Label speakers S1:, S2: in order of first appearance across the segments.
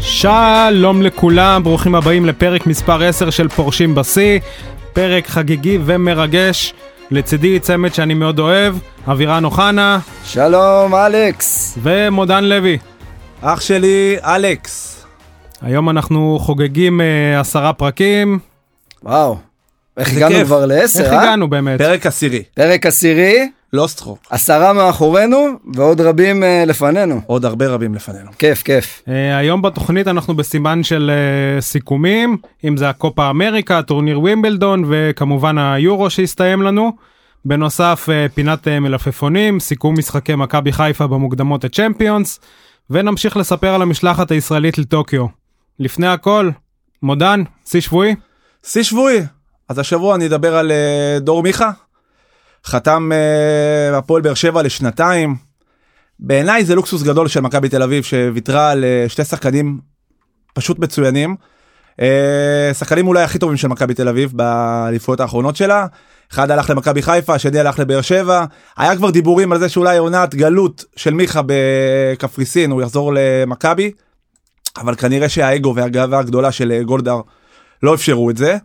S1: שלום לכולם, ברוכים הבאים לפרק מספר 10 של פורשים בשיא, פרק חגיגי ומרגש. לצידי צמד שאני מאוד אוהב, אבירן אוחנה
S2: שלום, אלכס.
S1: ומודן לוי.
S3: אח שלי, אלכס.
S1: היום אנחנו חוגגים אה, עשרה פרקים.
S2: וואו. איך הגענו
S3: כיף.
S2: כבר לעשר,
S1: איך
S2: אה?
S1: הגענו באמת?
S3: פרק עשירי,
S2: פרק עשירי,
S3: לוסטרו.
S2: עשרה מאחורינו ועוד רבים אה, לפנינו.
S3: עוד הרבה רבים לפנינו.
S2: כיף, כיף.
S1: אה, היום בתוכנית אנחנו בסימן של אה, סיכומים, אם זה הקופה אמריקה, טורניר ווימבלדון וכמובן היורו שהסתיים לנו. בנוסף אה, פינת אה, מלפפונים, סיכום משחקי מכבי חיפה במוקדמות הצ'מפיונס, ונמשיך לספר על המשלחת הישראלית לטוקיו. לפני הכל, מודן, שיא שבועי,
S3: שיא שבועי. אז השבוע אני אדבר על אה, דור מיכה. חתם אה, הפועל באר שבע לשנתיים. בעיניי זה לוקסוס גדול של מכבי תל אביב שוויתרה על אה, שתי שחקנים פשוט מצוינים. אה, שחקנים אולי הכי טובים של מכבי תל אביב באליפויות האחרונות שלה. אחד הלך למכבי חיפה, השני הלך לבאר שבע. היה כבר דיבורים על זה שאולי עונת גלות של מיכה בקפריסין, הוא יחזור למכבי. אבל כנראה שהאגו והגאווה הגדולה של אה, גולדהר לא אפשרו את זה.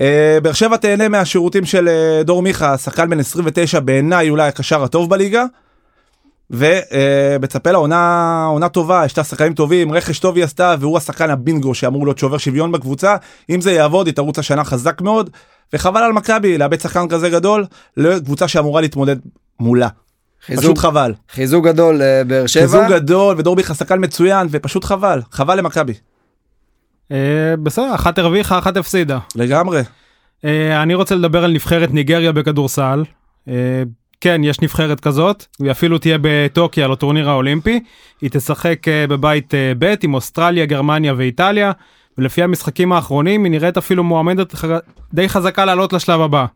S3: אה, באר שבע תהנה מהשירותים של אה, דור מיכה, שחקן בן 29 בעיניי אולי הקשר הטוב בליגה. ומצפה לה עונה, עונה טובה, יש לה שחקנים טובים, רכש טוב היא עשתה, והוא השחקן הבינגו שאמור להיות שובר שוויון בקבוצה. אם זה יעבוד, היא תרוץ השנה חזק מאוד, וחבל על מכבי לאבד שחקן כזה גדול לקבוצה שאמורה להתמודד מולה.
S2: חיזוק,
S3: פשוט חבל.
S2: חיזוק גדול, אה, באר שבע.
S3: כזוג גדול, ודור מיכה שחקן מצוין, ופשוט חבל, חבל למכבי.
S1: אה, בסדר, אחת הרוויחה, אחת הפסידה.
S3: לגמרי.
S1: אה, אני רוצה לדבר על נבחרת ניגריה בכדורסל. אה, כן, יש נבחרת כזאת, היא אפילו תהיה בטוקיו לטורניר האולימפי. היא תשחק אה, בבית אה, ב' עם אוסטרליה, גרמניה ואיטליה, ולפי המשחקים האחרונים היא נראית אפילו מועמדת ח... די חזקה לעלות לשלב הבא.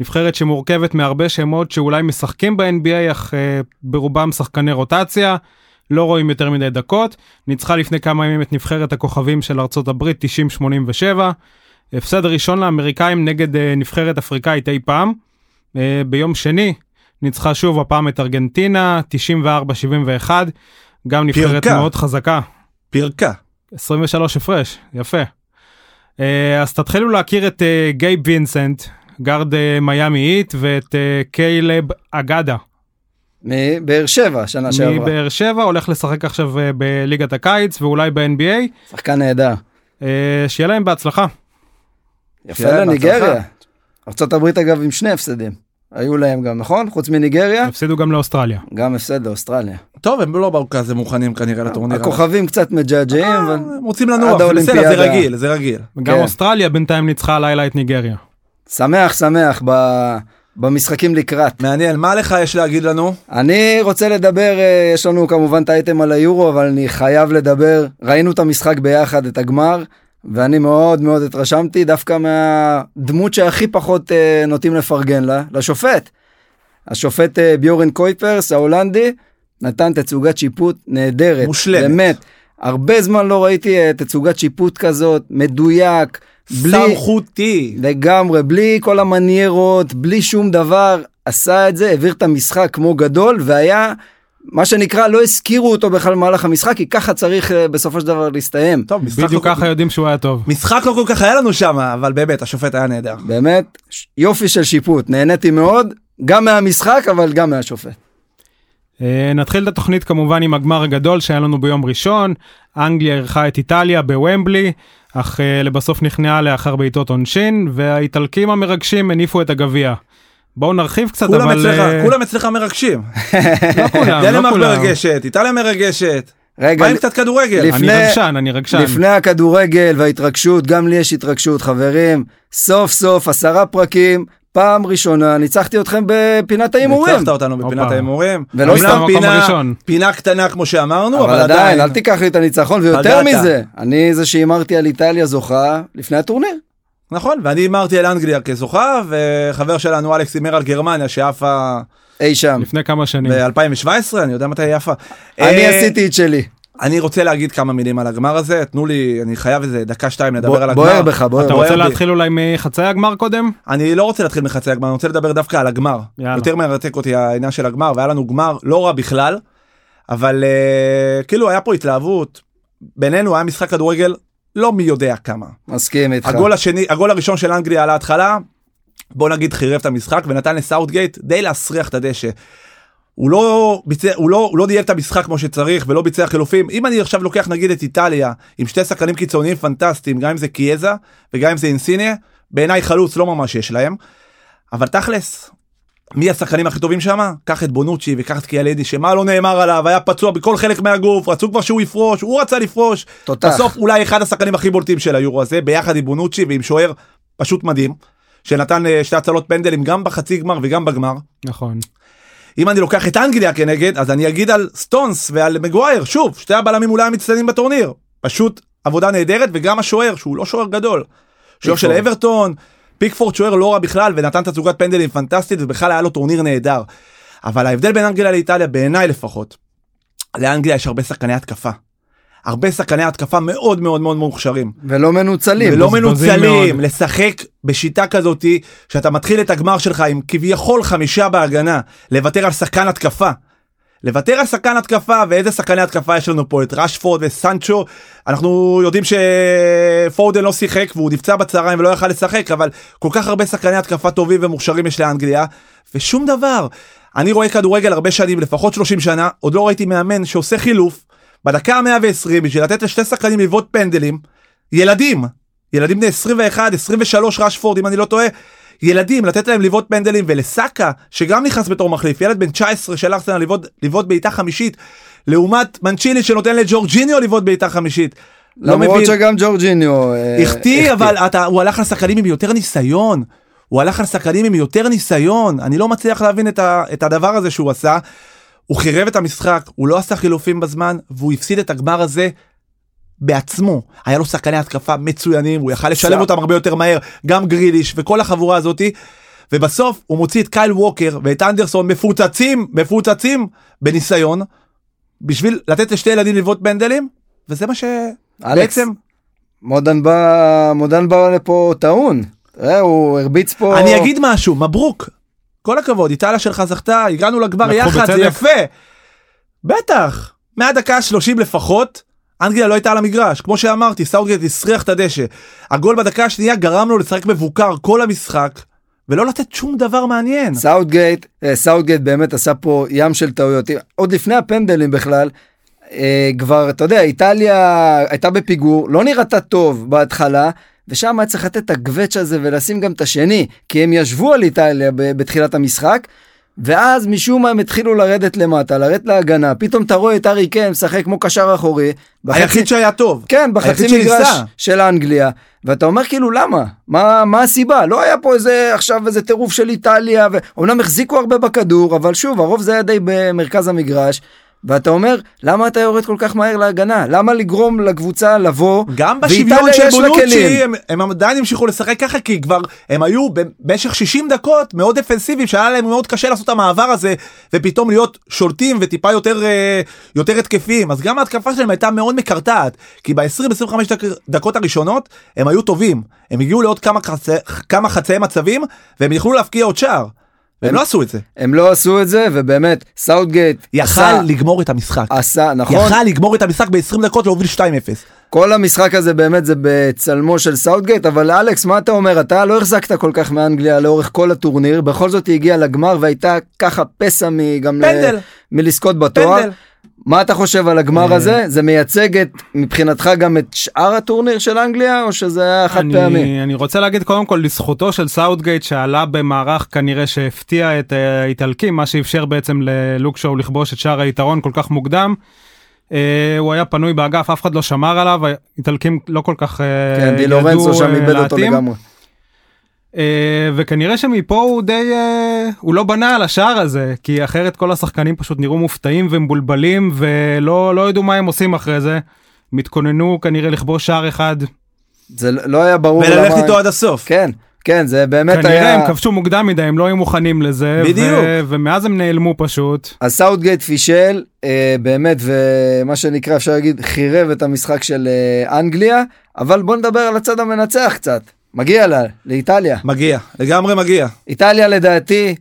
S1: נבחרת שמורכבת מהרבה שמות שאולי משחקים ב-NBA, אך אה, ברובם שחקני רוטציה, לא רואים יותר מדי דקות. ניצחה לפני כמה ימים את נבחרת הכוכבים של ארצות הברית 90-87. הפסד ראשון לאמריקאים נגד אה, נבחרת אפריקאית אי פעם. אה, ביום שני ניצחה שוב הפעם את ארגנטינה 94-71, גם נבחרת
S3: פירקה.
S1: מאוד חזקה.
S3: פירקה.
S1: 23 הפרש, יפה. אה, אז תתחילו להכיר את אה, גייב וינסנט, גארד אה, מיאמי איט, ואת אה, קיילב אגדה.
S2: מבאר שבע, שנה שעברה.
S1: מבאר שבע הולך לשחק עכשיו אה, בליגת הקיץ ואולי ב-NBA.
S2: שחקן נהדר.
S1: אה, שיהיה להם בהצלחה.
S2: כן. יפה
S3: שיהיה להם
S2: לניגריה.
S3: כן, בהצלחה.
S2: ארה"ב אגב עם שני הפסדים. היו להם גם, נכון? חוץ מניגריה,
S1: הפסידו גם לאוסטרליה.
S2: גם הפסד לאוסטרליה.
S3: טוב, הם לא באו כזה מוכנים כנראה
S2: אה,
S3: לטורניר.
S2: הכוכבים קצת מג'עג'עים, אבל...
S3: הם רוצים לנוח,
S2: עד
S3: זה בסדר, זה
S2: האולימפיאדה.
S3: רגיל, זה רגיל.
S1: גם
S2: כן.
S1: אוסטרליה בינתיים ניצחה הלילה את ניגריה.
S2: שמח, שמח ב- במשחקים לקראת.
S3: מעניין, מה לך יש להגיד לנו?
S2: אני רוצה לדבר, אה, יש לנו כמובן את האייטם על היורו, אבל אני חייב לדבר. ראינו את המשחק ביחד, את הגמר, ואני מאוד מאוד התרשמתי דווקא מהדמות שהכי פחות אה, נוטים לפרגן לה, לשופט. השופט אה, ביורן קויפרס ההולנדי נתן תצוגת שיפוט נהדרת.
S3: מושלמת.
S2: באמת. הרבה זמן לא ראיתי אה, תצוגת שיפוט כזאת, מדויק, בלי...
S3: סמכותי.
S2: לגמרי, בלי כל המניירות, בלי שום דבר, עשה את זה, העביר את המשחק כמו גדול, והיה, מה שנקרא, לא הזכירו אותו בכלל במהלך המשחק, כי ככה צריך אה, בסופו של דבר להסתיים.
S3: טוב, משחק לא
S1: בדיוק
S3: כל-
S1: ככה יודעים שהוא היה טוב.
S3: משחק לא כל כך היה לנו שם, אבל באמת, השופט היה נהדר.
S2: באמת, ש- יופי של שיפוט, נהניתי מאוד, גם מהמשחק, אבל גם מהשופט.
S1: אה, נתחיל את התוכנית כמובן עם הגמר הגדול שהיה לנו ביום ראשון. אנגליה אירחה את איטליה בוומבלי, אך אה, לבסוף נכנעה לאחר בעיטות עונשין, והאיטלקים המרגשים הניפו את הגביע. בואו נרחיב קצת,
S3: כולם
S1: אבל...
S3: אצלך,
S1: אה,
S3: כולם אצלך מרגשים.
S1: לא כולם, לא
S3: דנמרק
S1: כולם.
S3: מרגשת, איטליה מרגשת.
S2: רגע,
S3: מה עם קצת כדורגל?
S2: לפני-
S1: אני רגשן, אני רגשן.
S2: לפני הכדורגל וההתרגשות, גם לי יש התרגשות, חברים. סוף סוף, עשרה פרקים, פעם ראשונה, ניצחתי אתכם בפינת ההימורים.
S3: ניצחת אותנו בפינת
S1: הופה.
S3: ההימורים.
S2: ולא
S3: אומנם
S1: סתם מקום
S3: פינה-
S1: ראשון.
S3: פינה קטנה כמו שאמרנו,
S2: אבל עדיין, אל תיקח לי את הניצחון, ויותר
S3: פגעת.
S2: מזה, אני זה שהימרתי על איטליה זוכה לפני הטורניר.
S3: נכון, ואני הימרתי על אנגליה כזוכה, וחבר שלנו אלכס הימר על גרמניה שעפה
S2: אי שם.
S1: לפני כמה שנים.
S3: ב-2017, אני יודע מתי היא עפה.
S2: אני
S3: אה,
S2: עשיתי את שלי.
S3: אני רוצה להגיד כמה מילים על הגמר הזה, תנו לי, אני חייב איזה דקה שתיים לדבר על הגמר.
S2: בוער בך,
S1: אתה
S2: בוער.
S3: בוער
S1: רוצה
S3: בי.
S1: להתחיל אולי מחצאי הגמר קודם?
S3: אני לא רוצה להתחיל מחצי הגמר, אני רוצה לדבר דווקא על הגמר.
S1: יאללה.
S3: יותר מרתק אותי העניין של הגמר, והיה לנו גמר לא רע בכלל, אבל אה, כאילו היה פה התלהבות. בינינו היה משחק כדורגל לא מי יודע כמה.
S2: מסכים איתך.
S3: הגול השני, הגול הראשון של אנגליה על ההתחלה, בוא נגיד חירב את המשחק ונתן לסאוטגייט די להסריח את הדשא. הוא לא ביצע, הוא לא, הוא לא דייק את המשחק כמו שצריך ולא ביצע חילופים. אם אני עכשיו לוקח נגיד את איטליה עם שתי שחקנים קיצוניים פנטסטיים, גם אם זה קיאזה וגם אם זה אינסיניה, בעיניי חלוץ לא ממש יש להם. אבל תכלס, מי השחקנים הכי טובים שם? קח את בונוצ'י וקח את קיאלידי שמה לא נאמר עליו היה פצוע בכל חלק מהגוף רצו כבר שהוא יפרוש הוא רצה לפרוש.
S2: תותח.
S3: בסוף אולי אחד השחקנים הכי בולטים של היורו הזה ביחד עם בונוצ'י ועם שוער פשוט מדהים שנתן אה, שתי הצלות פנדלים גם בחצי גמר וגם בגמר.
S1: נכון.
S3: אם אני לוקח את אנגליה כנגד אז אני אגיד על סטונס ועל מגווייר שוב שתי הבלמים אולי המצטיינים בטורניר פשוט עבודה נהדרת וגם השוער שהוא לא שוער גדול. שוער של
S2: פיקפורד.
S3: אברטון פיקפורד שוער לא רע בכלל ונתן תצוגת פנדלים פנטסטית ובכלל היה לו טורניר נהדר. אבל ההבדל בין אנגליה לאיטליה בעיניי לפחות. לאנגליה יש הרבה שחקני התקפה. הרבה שחקני התקפה מאוד מאוד מאוד מוכשרים.
S2: ולא מנוצלים.
S3: ולא
S1: מבוזבזים
S3: מנוצלים
S1: מאוד.
S3: לשחק בשיטה כזאתי שאתה מתחיל את הגמר שלך עם כביכול חמישה בהגנה לוותר על שחקן התקפה. לוותר על שחקן התקפה ואיזה שחקני התקפה יש לנו פה את רשפורד וסנצ'ו אנחנו יודעים שפורדן לא שיחק והוא נפצע בצהריים ולא יכל לשחק אבל כל כך הרבה שחקני התקפה טובים ומוכשרים יש לאנגליה ושום דבר. אני רואה כדורגל הרבה שנים לפחות 30 שנה עוד לא ראיתי מאמן שעושה חילוף בדקה ה-120 בשביל לתת לשתי שחקנים לבעוט פנדלים ילדים ילדים בני 21 23 רשפורד אם אני לא טועה. ילדים לתת להם לבעוט פנדלים ולסאקה שגם נכנס בתור מחליף ילד בן 19 של ארסנל לבעוט- לבעוט בעיטה חמישית לעומת מנצ'יני שנותן לג'ורג'יניו לבעוט בעיטה חמישית. לא
S2: למרות
S3: מבין.
S2: שגם ג'ורג'יניו... אה,
S3: החטיא אבל אתה הוא הלך על שחקנים עם יותר ניסיון. הוא הלך על שחקנים עם יותר ניסיון אני לא מצליח להבין את, ה, את הדבר הזה שהוא עשה. הוא חירב את המשחק הוא לא עשה חילופים בזמן והוא הפסיד את הגמר הזה. בעצמו היה לו שחקני התקפה מצוינים הוא יכל לשלב
S2: סלאח.
S3: אותם הרבה יותר מהר גם גריליש וכל החבורה הזאתי. ובסוף הוא מוציא את קייל ווקר ואת אנדרסון מפוצצים מפוצצים בניסיון בשביל לתת לשתי ילדים לבעוט פנדלים וזה מה
S2: אלכס,
S3: שבעצם
S2: מודן בא, מודן בא לפה טעון. תראה, הוא הרביץ פה...
S3: אני אגיד משהו, מברוק. כל הכבוד, איטליה שלך זכתה, הגענו לגמר
S1: לקחו
S3: יחד, זה
S1: בצדק.
S3: יפה. בטח, מהדקה ה-30 לפחות, אנגליה לא הייתה על המגרש. כמו שאמרתי, סאוטגייט הסריח את הדשא. הגול בדקה השנייה גרם לו לשחק מבוקר כל המשחק, ולא לתת שום דבר מעניין.
S2: סאוטגייט, אה, סאוטגייט באמת עשה פה ים של טעויות. עוד לפני הפנדלים בכלל, אה, כבר, אתה יודע, איטליה הייתה בפיגור, לא נראתה טוב בהתחלה, ושם היה צריך לתת את הגווץ' הזה ולשים גם את השני, כי הם ישבו על איטליה ב- בתחילת המשחק. ואז משום מה הם התחילו לרדת למטה, לרדת להגנה, פתאום אתה רואה את ארי קיין משחק כמו קשר אחורי. בחצי-
S3: היחיד שהיה טוב.
S2: כן,
S3: היחיד
S2: בחצי מגרש
S3: שניסה.
S2: של אנגליה, ואתה אומר כאילו למה? מה, מה הסיבה? לא היה פה איזה עכשיו איזה טירוף של איטליה, ואומנם החזיקו הרבה בכדור, אבל שוב, הרוב זה היה די במרכז המגרש, ואתה אומר, למה אתה יורד כל כך מהר להגנה? למה לגרום לקבוצה לבוא?
S3: גם
S2: ואיטליה
S3: בשוויון של
S2: יש לה
S3: בונוצ'י
S2: כלים.
S3: הם, הם עדיין המשיכו לשחק ככה כי כבר הם היו במשך 60 דקות מאוד דפנסיביים שהיה להם מאוד קשה לעשות את המעבר הזה ופתאום להיות שולטים וטיפה יותר אה, יותר התקפיים אז גם ההתקפה שלהם הייתה מאוד מקרטעת כי ב-20-25 דק, דקות הראשונות הם היו טובים הם הגיעו לעוד כמה, חצי, כמה חצאי מצבים והם יכלו להפקיע עוד שער. והם לא עשו את זה.
S2: הם לא עשו את זה, ובאמת, סאוטגייט
S3: יכל
S2: עשה,
S3: לגמור את המשחק.
S2: עשה, נכון?
S3: יכל לגמור את המשחק ב-20 דקות להוביל 2-0.
S2: כל המשחק הזה באמת זה בצלמו של סאוטגייט, אבל אלכס, מה אתה אומר? אתה לא החזקת כל כך מאנגליה לאורך כל הטורניר, בכל זאת היא הגיעה לגמר והייתה ככה פסע מגם ל-
S3: פנדל.
S2: מלזכות בתואר.
S3: פנדל.
S2: מה אתה חושב על
S1: אה.
S2: הגמר הזה? זה מייצג את, מבחינתך גם את שאר הטורניר של אנגליה, או שזה היה חד פעמי?
S1: אני, אני רוצה להגיד קודם כל לזכותו של סאוטגייט שעלה במערך כנראה שהפתיע את אה, האיטלקים מה שאפשר בעצם ללוקשו לכבוש את שער היתרון כל כך מוקדם. אה, הוא היה פנוי באגף אף אחד לא שמר עליו האיטלקים לא כל כך אה,
S2: כן, די
S1: ידעו,
S2: לורנצו שם
S1: אה,
S2: איבד אותו
S1: להתאים.
S2: לגמרי.
S1: אה, וכנראה שמפה הוא די אה, הוא לא בנה על השער הזה כי אחרת כל השחקנים פשוט נראו מופתעים ומבולבלים ולא לא ידעו מה הם עושים אחרי זה. הם התכוננו כנראה לכבוש שער אחד
S2: זה לא לא היה ברור
S3: וללכת איתו עד הסוף.
S2: כן, כן, זה באמת
S1: כנראה
S2: היה...
S1: הם כבשו מוקדם מדי הם לא היו מוכנים לזה
S3: בדיוק. אה,
S1: ו- ומאז הם נעלמו פשוט
S2: אז סאוטגייט פישל, אה, באמת, ומה שנקרא, אפשר להגיד, חירב את המשחק של אה, אנגליה, אבל בוא נדבר על הצד המנצח קצת. מגיע לה, לאיטליה.
S3: מגיע, לגמרי מגיע.
S2: איטליה לדעתי,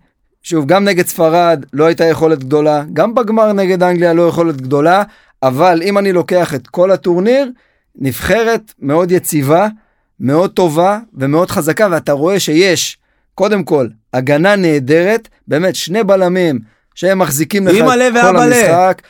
S2: שוב, גם נגד ספרד לא הייתה יכולת גדולה, גם בגמר נגד אנגליה לא יכולת גדולה, אבל אם אני לוקח את כל הטורניר, נבחרת מאוד יציבה, מאוד טובה ומאוד חזקה, ואתה רואה שיש, קודם כל, הגנה נהדרת, באמת שני בלמים שהם מחזיקים לך את
S3: אימא'לה
S2: כל
S3: ואבאלה.
S2: המשחק.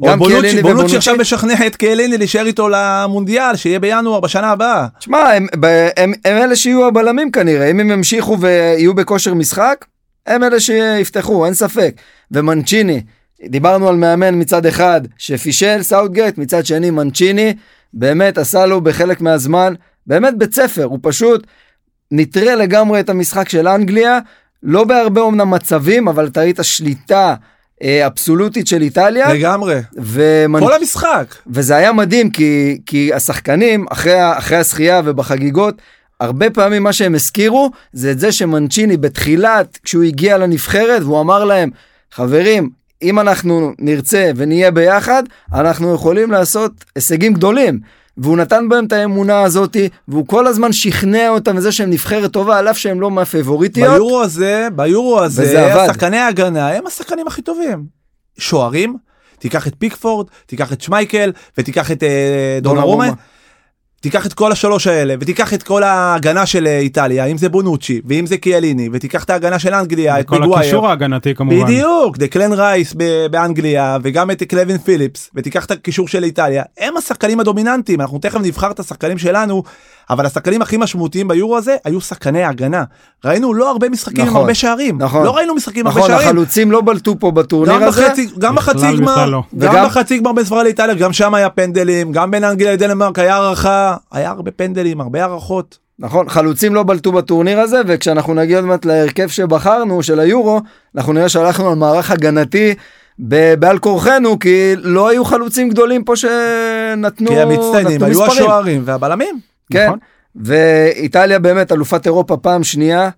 S3: או
S2: גם
S3: בונוצ'י,
S2: קיאליני
S3: בונוצ'י
S2: ובונוצ'י.
S3: עכשיו משכנע את קהליני להישאר איתו למונדיאל שיהיה בינואר בשנה הבאה.
S2: תשמע, הם, ב- הם, הם אלה שיהיו הבלמים כנראה, אם הם ימשיכו ויהיו בכושר משחק, הם אלה שיפתחו, אין ספק. ומנצ'יני, דיברנו על מאמן מצד אחד שפישל סאוטגייט, מצד שני מנצ'יני, באמת עשה לו בחלק מהזמן, באמת בית ספר, הוא פשוט נטרל לגמרי את המשחק של אנגליה, לא בהרבה אומנם מצבים, אבל אתה ראית שליטה אה, אבסולוטית של איטליה,
S3: לגמרי.
S2: ומנצ'יני...
S3: כל המשחק.
S2: וזה היה מדהים כי, כי השחקנים אחרי, ה- אחרי השחייה ובחגיגות, הרבה פעמים מה שהם הזכירו זה את זה שמנצ'יני בתחילת, כשהוא הגיע לנבחרת והוא אמר להם, חברים, אם אנחנו נרצה ונהיה ביחד, אנחנו יכולים לעשות הישגים גדולים. והוא נתן בהם את האמונה הזאתי, והוא כל הזמן שכנע אותם בזה שהם נבחרת טובה, על אף שהם לא מהפבוריטיות.
S3: ביורו הזה, ביורו
S2: וזה
S3: הזה,
S2: עבד.
S3: שחקני ההגנה הם השחקנים הכי טובים. שוערים, תיקח את פיקפורד, תיקח את שמייקל, ותיקח את אה, דונרומה.
S2: דונרומה.
S3: תיקח את כל השלוש האלה, ותיקח את כל ההגנה של אה, איטליה, אם זה בונוצ'י, ואם זה קיאליני, ותיקח את ההגנה של אנגליה, את
S1: כל
S3: מגווייר.
S1: הקישור ההגנתי כמובן.
S3: בדיוק, דקלן רייס ב- באנגליה, וגם את קלווין פיליפס, ותיקח את הקישור של איטליה. הם השחקנים הדומיננטיים, אנחנו תכף נבחר את השחקנים שלנו, אבל השחקנים הכי משמעותיים ביורו הזה היו שחקני הגנה. ראינו לא הרבה משחקים עם
S2: נכון,
S3: הרבה שערים.
S2: נכון.
S3: לא ראינו משחקים עם הרבה
S2: נכון,
S3: שערים.
S2: החלוצים לא בלטו פה
S3: גם
S2: בטורניר הזה.
S3: בחצי,
S1: בכלל,
S3: גם בחצי
S1: בכלל
S3: גמר,
S1: לא.
S2: וגם-
S3: גם בחצי גמר בין ספרד לאיטליה, גם שם היה פנדלים, גם בין אנגליה לדנמרק היה הערכה, היה הרבה פנדלים, הרבה הערכות.
S2: נכון, חלוצים לא בלטו בטורניר הזה, וכשאנחנו נגיע עוד מעט להרכב שבחרנו, של היורו, אנחנו נראה שהלכנו על מערך הגנתי ב- בעל כורחנו, כי לא היו חלוצים גדולים פה שנתנו
S3: כי המצטיינים
S2: נתנו
S3: היו
S2: מספרים.
S3: השוערים והבלמים.
S2: כן,
S1: נכון.
S2: נכון. ואיטליה באמת אלופת אירופה פעם שנייה,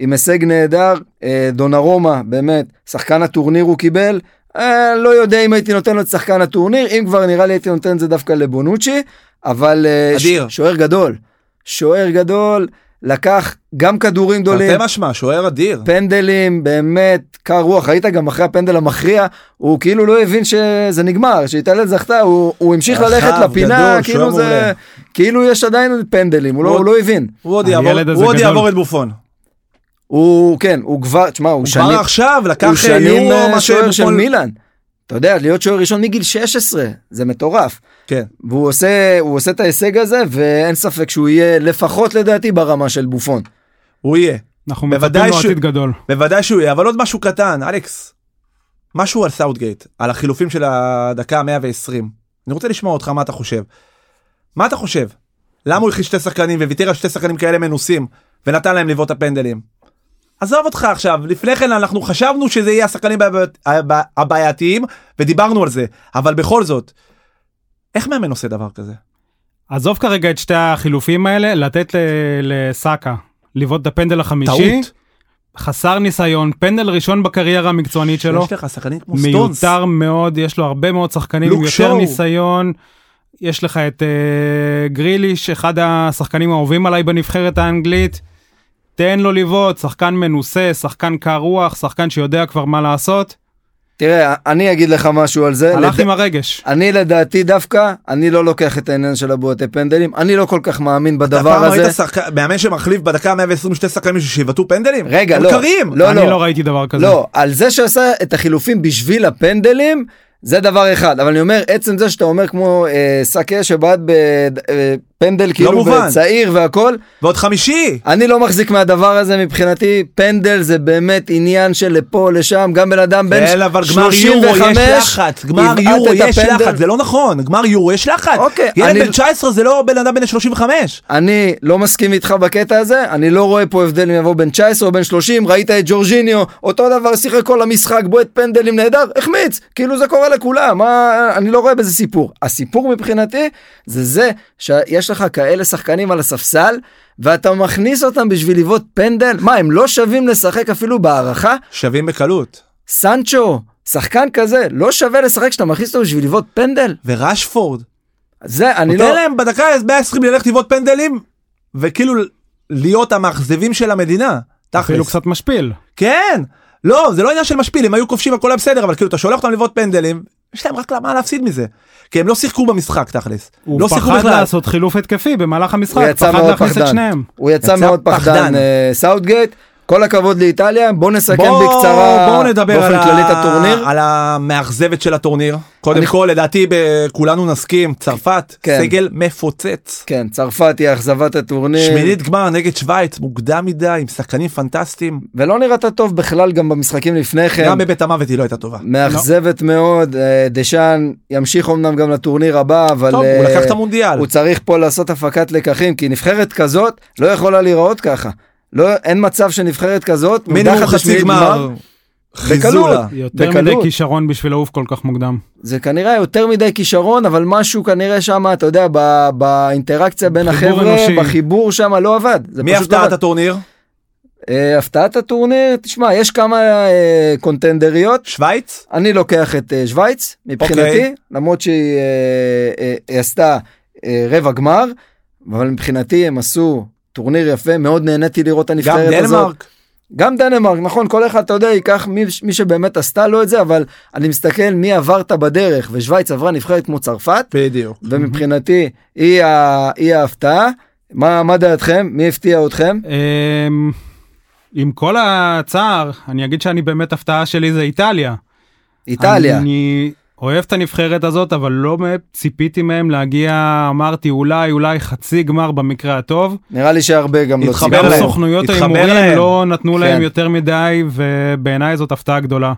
S2: עם הישג נהדר, אה, דונרומה באמת, שחקן הטורניר הוא קיבל. אה, לא יודע אם הייתי נותן לו את שחקן הטורניר, אם כבר נראה לי הייתי נותן את זה דווקא לבונוצ'י, אבל אה, ש-
S3: אדיר.
S2: שוער גדול. שוער גדול, לקח גם כדורים גדולים,
S3: תרתי משמע, שוער אדיר.
S2: פנדלים, באמת, קר רוח, ראית גם אחרי הפנדל המכריע, הוא כאילו לא הבין שזה נגמר, שאיטליה זכתה, הוא, הוא המשיך
S3: רחב,
S2: ללכת לפינה,
S3: גדול, שוער
S2: כאילו זה,
S3: מעולה.
S2: כאילו יש עדיין פנדלים, הוא לא,
S3: מאוד-
S2: הוא לא הבין.
S3: הוא עוד
S1: הילד
S3: יעבור-
S1: הזה
S3: הוא עוד
S1: גדול.
S3: יעבור את בופון.
S2: הוא, כן, הוא כבר, תשמע, הוא,
S3: כבר
S2: שנים,
S3: עכשיו
S2: הוא
S3: לקח
S2: שנים
S3: יורו
S2: אה,
S3: מה
S2: שוער של
S3: שבפועל-
S2: מילאן. אתה יודע, להיות שוער ראשון מגיל 16, זה מטורף.
S3: כן.
S2: והוא עושה, הוא עושה את ההישג הזה, ואין ספק שהוא יהיה לפחות לדעתי ברמה של בופון.
S3: הוא יהיה
S1: אנחנו מצפים
S3: בוודאי
S1: לו
S3: ש-
S1: עתיד גדול.
S3: בוודאי שהוא יהיה אבל עוד משהו קטן אלכס. משהו על סאוטגייט על החילופים של הדקה 120 אני רוצה לשמוע אותך מה אתה חושב. מה אתה חושב? למה הוא החליט שתי שחקנים וויתר על שתי שחקנים כאלה מנוסים ונתן להם לבעוט את הפנדלים. עזוב אותך עכשיו לפני כן אנחנו חשבנו שזה יהיה השחקנים הבעיות- הבע- הבעייתיים ודיברנו על זה אבל בכל זאת. איך מאמן עושה דבר כזה?
S1: עזוב כרגע את שתי החילופים האלה, לתת ל- לסאקה לבעוט את הפנדל החמישי.
S3: טעות.
S1: חסר ניסיון, פנדל ראשון בקריירה המקצוענית שלו.
S3: יש לך שחקנים כמו סטונס.
S1: מיותר מאוד, יש לו הרבה מאוד שחקנים
S3: לוק
S1: עם יותר
S3: שואו.
S1: ניסיון. יש לך את אה, גריליש, אחד השחקנים האהובים עליי בנבחרת האנגלית. תן לו לבעוט, שחקן מנוסה, שחקן קר רוח, שחקן שיודע כבר מה לעשות.
S2: תראה, אני אגיד לך משהו על זה.
S1: הלך
S2: לד-
S1: עם הרגש.
S2: אני לדעתי דווקא, אני לא לוקח את העניין של הבועטי פנדלים, אני לא כל כך מאמין
S3: אתה
S2: בדבר
S3: פעם
S2: הזה.
S3: ראית שחק- מאמן שמחליף בדקה 120 שתי שחקנים שיבטאו פנדלים?
S2: רגע,
S3: הם
S2: לא.
S3: קרים.
S2: לא,
S1: אני לא ראיתי דבר כזה.
S2: לא, על זה שעשה את החילופים בשביל הפנדלים, זה דבר אחד. אבל אני אומר, עצם זה שאתה אומר כמו אה, סאקה שבעט בפנדל כאילו
S3: לא מובן.
S2: בצעיר והכל,
S3: ועוד חמישי.
S2: אני לא מחזיק מהדבר הזה מבחינתי. פנדל זה באמת עניין של לפה לשם, גם בן אדם בן
S3: כן, אבל גמר
S2: 35,
S3: יורו יש לחץ, גמר
S2: יבעט
S3: יורו
S2: את
S3: יש
S2: הפנדל.
S3: לחץ, זה לא נכון, גמר יורו יש לחץ.
S2: אוקיי,
S3: ילד
S2: אני-
S3: בן 19 זה לא בן אדם בן 35.
S2: אני לא מסכים איתך בקטע הזה, אני לא רואה פה הבדל אם יבוא בן 19 או בן 30, ראית את ג'ורג'יניו, אותו דבר שיחק כל המשחק, בועט פנדלים נהדר, החמיץ, כאילו זה קורה לכולם, מה, אני לא רואה בזה סיפור. הסיפור מבחינתי זה זה שיש לך כאלה שחקנים על הספסל, ואתה מכניס אותם בשביל לבעוט פנדל, מה הם לא שווים לשחק אפילו בהערכה?
S3: שווים בקלות.
S2: סנצ'ו, שחקן כזה, לא שווה לשחק כשאתה מכניס אותו בשביל לבעוט פנדל?
S3: ורשפורד.
S2: זה, אני לא...
S3: נותן להם בדקה 120 ללכת לבעוט פנדלים, וכאילו להיות המאכזבים של המדינה.
S1: אפילו
S3: תכלס.
S1: קצת משפיל.
S3: כן. לא, זה לא עניין של משפיל, הם היו כובשים הכל היה בסדר, אבל כאילו אתה שולח אותם לבעוט פנדלים, יש להם רק מה להפסיד מזה. כי הם לא שיחקו במשחק תכלס.
S1: הוא
S3: לא שיחקו
S1: פחד
S3: בכלל.
S1: לעשות חילוף התקפי במהלך המשחק,
S2: הוא יצא
S1: פחד
S2: מאוד
S1: להכניס את
S2: פחדן.
S1: שניהם.
S2: הוא יצא
S3: יצא
S2: מאוד פחדן,
S3: פחדן.
S2: אה, סאוטגייט. כל הכבוד לאיטליה, בוא נסכם
S3: בואו-
S2: כן, בקצרה
S3: בואו נדבר
S2: באופן
S3: על
S2: כללי
S3: ה-
S2: את הטורניר.
S3: על המאכזבת של הטורניר. קודם
S2: אני-
S3: כל, לדעתי ב- כולנו נסכים, צרפת,
S2: כן.
S3: סגל מפוצץ.
S2: כן, צרפת היא אכזבת הטורניר.
S3: שמינית גמר נגד שווייץ, מוקדם מדי, עם שחקנים פנטסטיים.
S2: ולא נראתה טוב בכלל גם במשחקים לפני כן.
S3: גם בבית המוות היא לא הייתה טובה.
S2: מאכזבת מאוד, אה, דשאן ימשיך אמנם גם לטורניר הבא, אבל
S3: טוב, הוא
S2: אה,
S3: לקח את המונדיאל.
S2: הוא צריך פה לעשות הפקת לקחים, כי נבחרת כזאת לא יכולה להיראות ככה. לא, אין מצב שנבחרת כזאת,
S3: מינימום
S2: מודחת
S3: חצי
S2: לשמינית
S3: גמר. חיזולה.
S1: יותר
S2: אה. בקלות.
S1: מדי כישרון בשביל לעוף כל כך מוקדם.
S2: זה כנראה יותר מדי כישרון, אבל משהו כנראה שם, אתה יודע, ב- באינטראקציה בין
S1: חיבור
S2: החבר'ה,
S1: אנושי.
S2: בחיבור שם לא עבד. זה
S3: מי
S2: פשוט לא
S3: הפתעת
S2: עבד.
S3: הטורניר?
S2: אה, הפתעת הטורניר? תשמע, יש כמה אה, קונטנדריות.
S3: שווייץ?
S2: אני לוקח את אה, שווייץ מבחינתי,
S3: אוקיי.
S2: למרות שהיא אה, אה, היא עשתה אה, רבע גמר, אבל מבחינתי הם עשו טורניר יפה, מאוד נהניתי לראות את
S3: גם
S2: הנבחרת הזאת.
S3: דנמרק?
S2: גם דנמרק, נכון, כל אחד, אתה יודע, ייקח מי, מי שבאמת עשתה לו את זה, אבל אני מסתכל מי עברת בדרך, ושווייץ עברה נבחרת כמו צרפת,
S3: בדיוק.
S2: ומבחינתי היא, ה, היא ההפתעה. מה, מה דעתכם? מי הפתיע אתכם?
S1: אמ, עם כל הצער, אני אגיד שאני באמת הפתעה שלי זה איטליה.
S2: איטליה.
S1: אני אוהב את הנבחרת הזאת, אבל לא מהם- ציפיתי מהם להגיע, אמרתי, אולי, אולי חצי גמר במקרה הטוב.
S2: נראה לי שהרבה גם לא
S3: התחבר
S1: גם
S2: ציפו.
S3: להם.
S1: סוכנויות
S3: התחבר
S1: ההימורים
S3: להם.
S1: לא נתנו
S2: כן.
S1: להם יותר מדי, ובעיניי זאת הפתעה גדולה.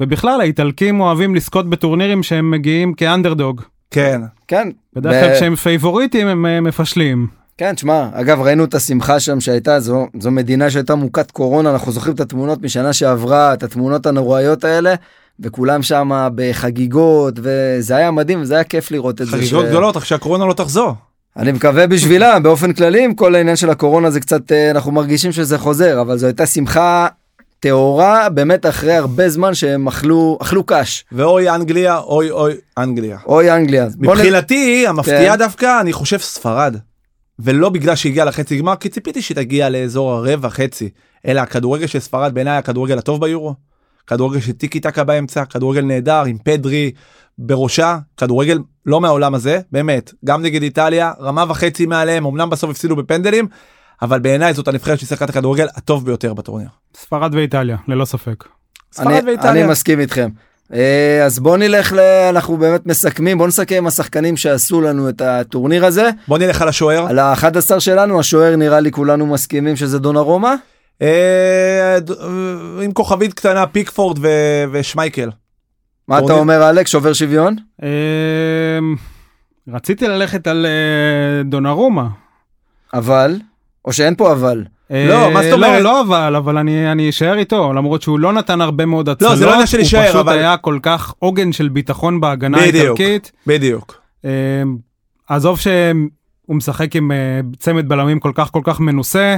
S1: ובכלל, האיטלקים אוהבים לזכות בטורנירים שהם מגיעים כאנדרדוג.
S3: כן.
S2: כן,
S1: בדרך
S2: ב-
S1: כלל כשהם פייבוריטים הם אה, מפשלים.
S2: כן, תשמע, אגב, ראינו את השמחה שם שהייתה, זו, זו מדינה שהייתה מוכת קורונה, אנחנו זוכרים את התמונות משנה שעברה, את התמונות הנוראיות האלה, וכולם שם בחגיגות, וזה היה מדהים, וזה היה כיף לראות את זה.
S3: חגיגות גדולות, רק שהקורונה לא תחזור.
S2: אני מקווה בשבילה, באופן כללי, עם כל העניין של הקורונה זה קצת, אה, אנחנו מרגישים שזה חוזר, אבל זו הייתה שמחה טהורה, באמת אחרי הרבה זמן שהם אכלו, אכלו קש.
S3: ואוי אנגליה, אוי אוי אנגליה.
S2: אוי אנגליה. אז בוא נ-
S3: מבחינתי המפתיעה
S2: כן.
S3: דווקא אני חושב ספרד. ולא בגלל שהגיעה לחצי גמר כי ציפיתי שהיא תגיע לאזור הרבע חצי אלא הכדורגל של ספרד בעיניי הכדורגל הטוב ביורו. כדורגל של טיקי טקה באמצע כדורגל נהדר עם פדרי בראשה כדורגל לא מהעולם הזה באמת גם נגד איטליה רמה וחצי מעליהם אמנם בסוף הפסידו בפנדלים אבל בעיניי זאת הנבחרת ששיחקה את הכדורגל הטוב ביותר בטורניר.
S1: ספרד ואיטליה, ללא ספק.
S3: ספרד
S2: אני, אני
S3: ואיטליה.
S2: מסכים איתכם. אה, אז בוא נלך ל... אנחנו באמת מסכמים, בוא נסכם עם השחקנים שעשו לנו את הטורניר הזה.
S3: בוא נלך על השוער.
S2: על ה-11 שלנו, השוער נראה לי כולנו מסכימים שזה דונרומה.
S3: אה, ד- אה, עם כוכבית קטנה פיקפורד ו- ושמייקל.
S2: מה אתה
S3: טורניר-
S2: אומר אלכס, שובר שוויון?
S1: אמ, רציתי ללכת על אה, דונרומה.
S2: אבל, או שאין פה אבל.
S1: אה,
S3: לא, מה זאת אומרת?
S1: לא, לא אבל, אבל אני אני אשאר איתו, למרות שהוא לא נתן הרבה מאוד הצלות.
S3: לא, זה לא עניין של להישאר,
S1: הוא פשוט
S3: אבל-
S1: היה כל כך עוגן של ביטחון בהגנה
S3: בדיוק.
S1: האיטלקית.
S3: בדיוק.
S1: אה, עזוב שהוא משחק עם אה, צמד בלמים כל כך כל כך מנוסה,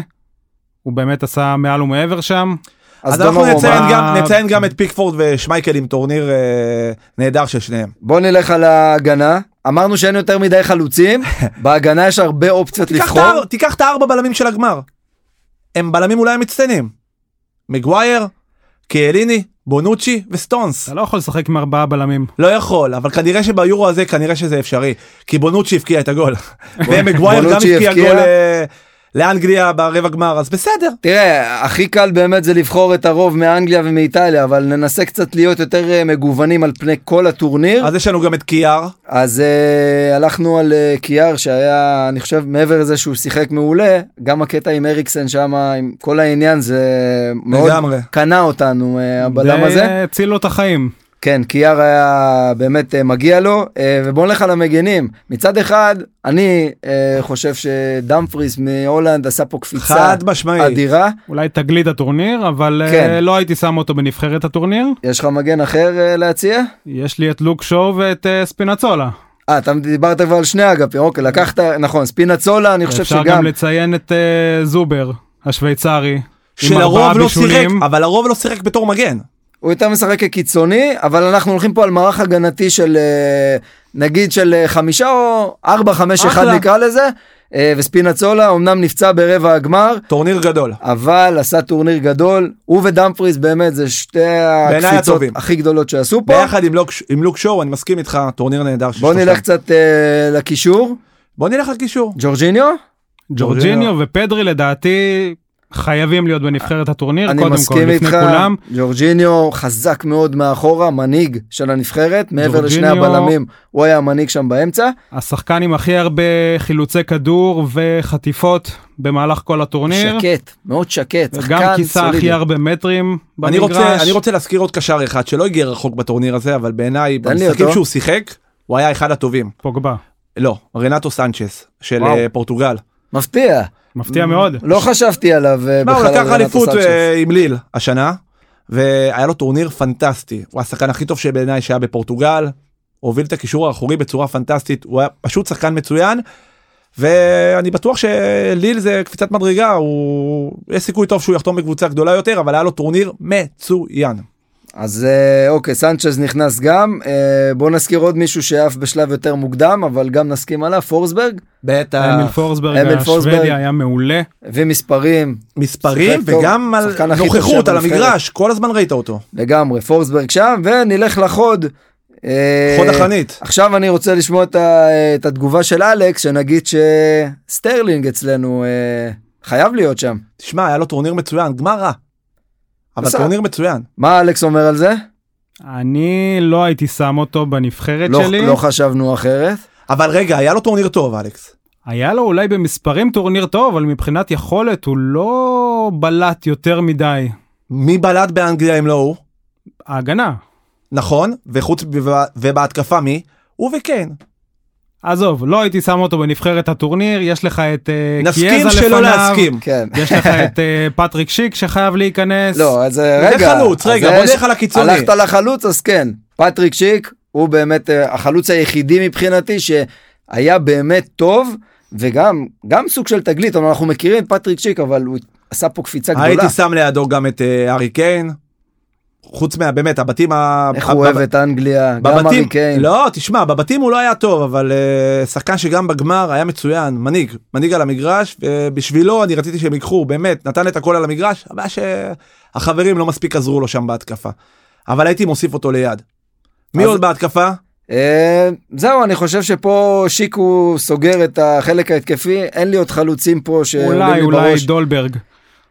S1: הוא באמת עשה מעל ומעבר שם.
S2: אז
S3: אז אנחנו נציין
S2: דונרומה.
S3: גם, נציין גם את פיקפורד ושמייקל עם טורניר אה, נהדר של שניהם.
S2: בוא נלך על ההגנה. אמרנו שאין יותר מדי חלוצים, בהגנה יש הרבה אופציות
S3: תיקח את
S2: לבחור.
S3: האר- תיקח את הארבע בלמים של הגמר. הם בלמים אולי המצטיינים. מגווייר, קיאליני, בונוצ'י וסטונס.
S1: אתה לא יכול לשחק עם ארבעה בלמים.
S3: לא יכול, אבל כנראה שביורו הזה כנראה שזה אפשרי. כי בונוצ'י הבקיע את הגול. ומגווייר גם
S2: בונוצ'י
S3: הבקיע
S2: הבקיע.
S3: גול אה, לאנגליה ברבע גמר, אז בסדר.
S2: תראה, הכי קל באמת זה לבחור את הרוב מאנגליה ומאיטליה, אבל ננסה קצת להיות יותר אה, מגוונים על פני כל הטורניר.
S3: אז יש לנו גם את קיאר.
S2: אז uh, הלכנו על אה, קיאר שהיה, אני חושב, מעבר לזה שהוא שיחק מעולה, גם הקטע עם הריקסן שם, עם כל העניין, זה מאוד
S3: לגמרי.
S2: קנה אותנו, uh, הבלם
S1: זה
S2: הזה.
S1: הציל לו את החיים.
S2: כן, קיאר היה באמת uh, מגיע לו, uh, ובואו נלך על המגנים. מצד אחד, אני uh, חושב שדמפריס מהולנד עשה פה קפיצה
S3: חד משמעי.
S2: אדירה.
S1: אולי תגלית הטורניר, אבל אה,
S2: כן.
S1: לא הייתי שם אותו בנבחרת הטורניר.
S2: יש לך מגן אחר uh, להציע?
S1: יש לי את לוק שואו ואת אה, ספינצולה.
S2: אה, אתה דיברת כבר על שני אגפים, אוקיי, לקחת, נכון, ספינצולה, אני חושב
S1: אפשר
S2: שגם...
S1: גם לציין את אה, זובר השוויצרי. עם ארבעה
S3: שלרוב לא שיחק,
S1: בישולים.
S3: אבל לרוב לא שיחק בתור מגן.
S2: הוא יותר משחק כקיצוני, אבל אנחנו הולכים פה על מערך הגנתי של אה, נגיד של אה, חמישה או ארבע, חמש, אחד
S3: אחלה.
S2: נקרא לזה, אה, וספינצולה אמנם נפצע ברבע הגמר,
S3: טורניר גדול.
S2: אבל עשה טורניר גדול, הוא ודמפריס באמת זה שתי הקפיצות
S3: הטובים.
S2: הכי גדולות שעשו פה.
S3: ביחד עם לוק- עם לוק שואו, אני מסכים איתך, טורניר נהדר. של
S2: בוא נלך
S3: שלושתם.
S2: קצת אה, לקישור,
S3: בוא נלך לקישור.
S2: ג'ורג'יניו,
S1: ג'ורג'יניו ופדרי לדעתי חייבים להיות בנבחרת הטורניר,
S2: אני
S1: קודם כל,
S2: מסכים
S1: לפני
S2: איתך,
S1: כולם.
S2: ג'ורג'יניו חזק מאוד מאחורה, מנהיג של הנבחרת, מעבר לשני
S1: ג'ורג'יניו-
S2: הבלמים, הוא היה המנהיג שם באמצע,
S1: השחקן עם הכי הרבה חילוצי כדור וחטיפות במהלך כל הטורניר.
S2: שקט, מאוד שקט,
S1: גם
S2: שחקן
S1: כיסה הכי
S2: סולידי.
S1: הרבה מטרים
S3: אני
S1: במגרש.
S3: רוצה, אני רוצה להזכיר עוד קשר אחד שלא הגיע רחוק בטורניר הזה, אבל בעיניי,
S2: תן לי
S3: במשחקים
S2: אותו.
S3: שהוא שיחק, הוא היה אחד הטובים.
S1: פוגבה.
S3: לא, רנטו סנצ'ס של
S1: וואו.
S3: אה, פורטוגל.
S2: מפתיע,
S1: מפתיע מאוד.
S2: לא חשבתי עליו אה,
S1: לא,
S3: מה, הוא
S2: בכלל,
S3: לקח
S2: רנטו
S3: אליפות
S2: סנצ'ס.
S3: אה, עם ליל השנה, והיה לו טורניר פנטסטי. הוא השחקן הכי טוב שבעיניי שהיה בפורטוגל, הוביל את הקישור האחורי בצורה פנטסטית, הוא היה פשוט שחקן מצוין, ואני בטוח שליל זה קפיצת מדרגה, הוא... יש סיכוי טוב שהוא יחתום בקבוצה גדולה יותר, אבל היה לו טורניר מצוין.
S2: אז אה, אוקיי, סנצ'ז נכנס גם, אה, בוא נזכיר עוד מישהו שאף בשלב יותר מוקדם, אבל גם נסכים עליו, פורסברג,
S1: אמיל
S3: בטח.
S1: פורסברג
S2: אה, אמיל פורסברג.
S1: השוודי היה מעולה.
S2: הביא מספרים
S3: מספרים
S2: שיחק טוב,
S3: וגם על
S2: השחקן הכי טוב
S3: נוכחות על
S2: שהיה בנבחרת.
S3: המגרש, כל הזמן ראית אותו.
S2: לגמרי, פורסברג שם, ונלך לחוד. אה,
S3: חוד החנית.
S2: עכשיו אני רוצה לשמוע את, ה, את התגובה של אלכס, שנגיד שסטרלינג אצלנו אה, חייב להיות שם.
S3: תשמע, היה לו טורניר מצוין, גמר רע. אבל
S2: בסדר.
S3: טורניר מצוין.
S2: מה אלכס אומר על זה?
S1: אני לא הייתי שם אותו בנבחרת
S2: לא,
S1: שלי.
S2: לא חשבנו אחרת.
S3: אבל רגע, היה לו טורניר טוב, אלכס.
S1: היה לו אולי במספרים טורניר טוב, אבל מבחינת יכולת הוא לא בלט יותר מדי.
S3: מי בלט באנגליה אם לא הוא?
S1: ההגנה.
S3: נכון, וחוץ וב- ובהתקפה מי? הוא וקיין.
S1: עזוב, לא הייתי שם אותו בנבחרת הטורניר, יש לך את אה,
S3: נסכים
S1: קיאזה
S3: שלא
S1: לפניו,
S3: להסכים.
S2: כן.
S1: יש לך את אה, פטריק שיק שחייב להיכנס.
S2: לא, אז אה,
S3: זה
S2: רגע.
S3: חלוץ,
S2: אז
S3: רגע,
S2: יש-
S3: בוא נלך על הקיצוני.
S2: הלכת לחלוץ, אז כן. פטריק שיק הוא באמת אה, החלוץ היחידי מבחינתי שהיה באמת טוב, וגם גם סוג של תגלית, אבל אנחנו מכירים את פטריק שיק, אבל הוא עשה פה קפיצה גדולה.
S3: הייתי שם לידו גם את אה, הארי קיין. חוץ מה... באמת, הבתים ה...
S2: איך הוא אוהב
S3: בב-
S2: את אנגליה, גם
S3: בבתים,
S2: ארי קיין.
S3: לא תשמע בבתים הוא לא היה טוב אבל uh, שחקן שגם בגמר היה מצוין מנהיג מנהיג על המגרש ובשבילו אני רציתי שהם ייקחו באמת נתן את הכל על המגרש הבעיה שהחברים לא מספיק עזרו לו שם בהתקפה. אבל הייתי מוסיף אותו ליד. מי
S2: אז-
S3: עוד בהתקפה?
S2: אה, זהו, אני חושב שפה שיקו סוגר את החלק ההתקפי, אין לי עוד חלוצים פה
S3: אה,
S2: שעולים
S1: אולי
S2: לי
S1: אולי
S2: בראש.
S1: דולברג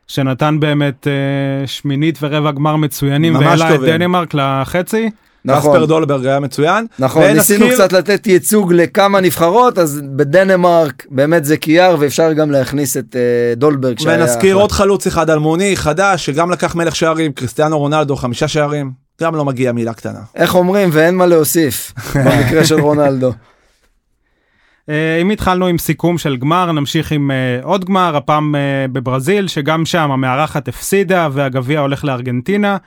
S1: שנתן באמת אה, שמינית ורבע גמר מצוינים
S3: ממש
S1: והעלה את
S3: טובים.
S1: דנמרק לחצי.
S2: נכון,
S3: קספר דולברג היה מצוין.
S2: נכון,
S3: ונזכיר-
S2: ניסינו קצת לתת ייצוג לכמה נבחרות, אז בדנמרק באמת זה קיאר, ואפשר גם להכניס את אה, דולברג שהיה...
S3: ונזכיר עוד חלוץ אחד אלמוני חדש שגם לקח מלך שערים קריסטיאנו רונלדו חמישה שערים גם לא מגיע מילה קטנה.
S2: איך אומרים, ואין מה להוסיף, במקרה של רונלדו.
S1: אה, אם התחלנו עם סיכום של גמר, נמשיך עם אה, עוד גמר, הפעם אה, בברזיל, שגם שם המארחת הפסידה והגביע הולך לארגנטינה.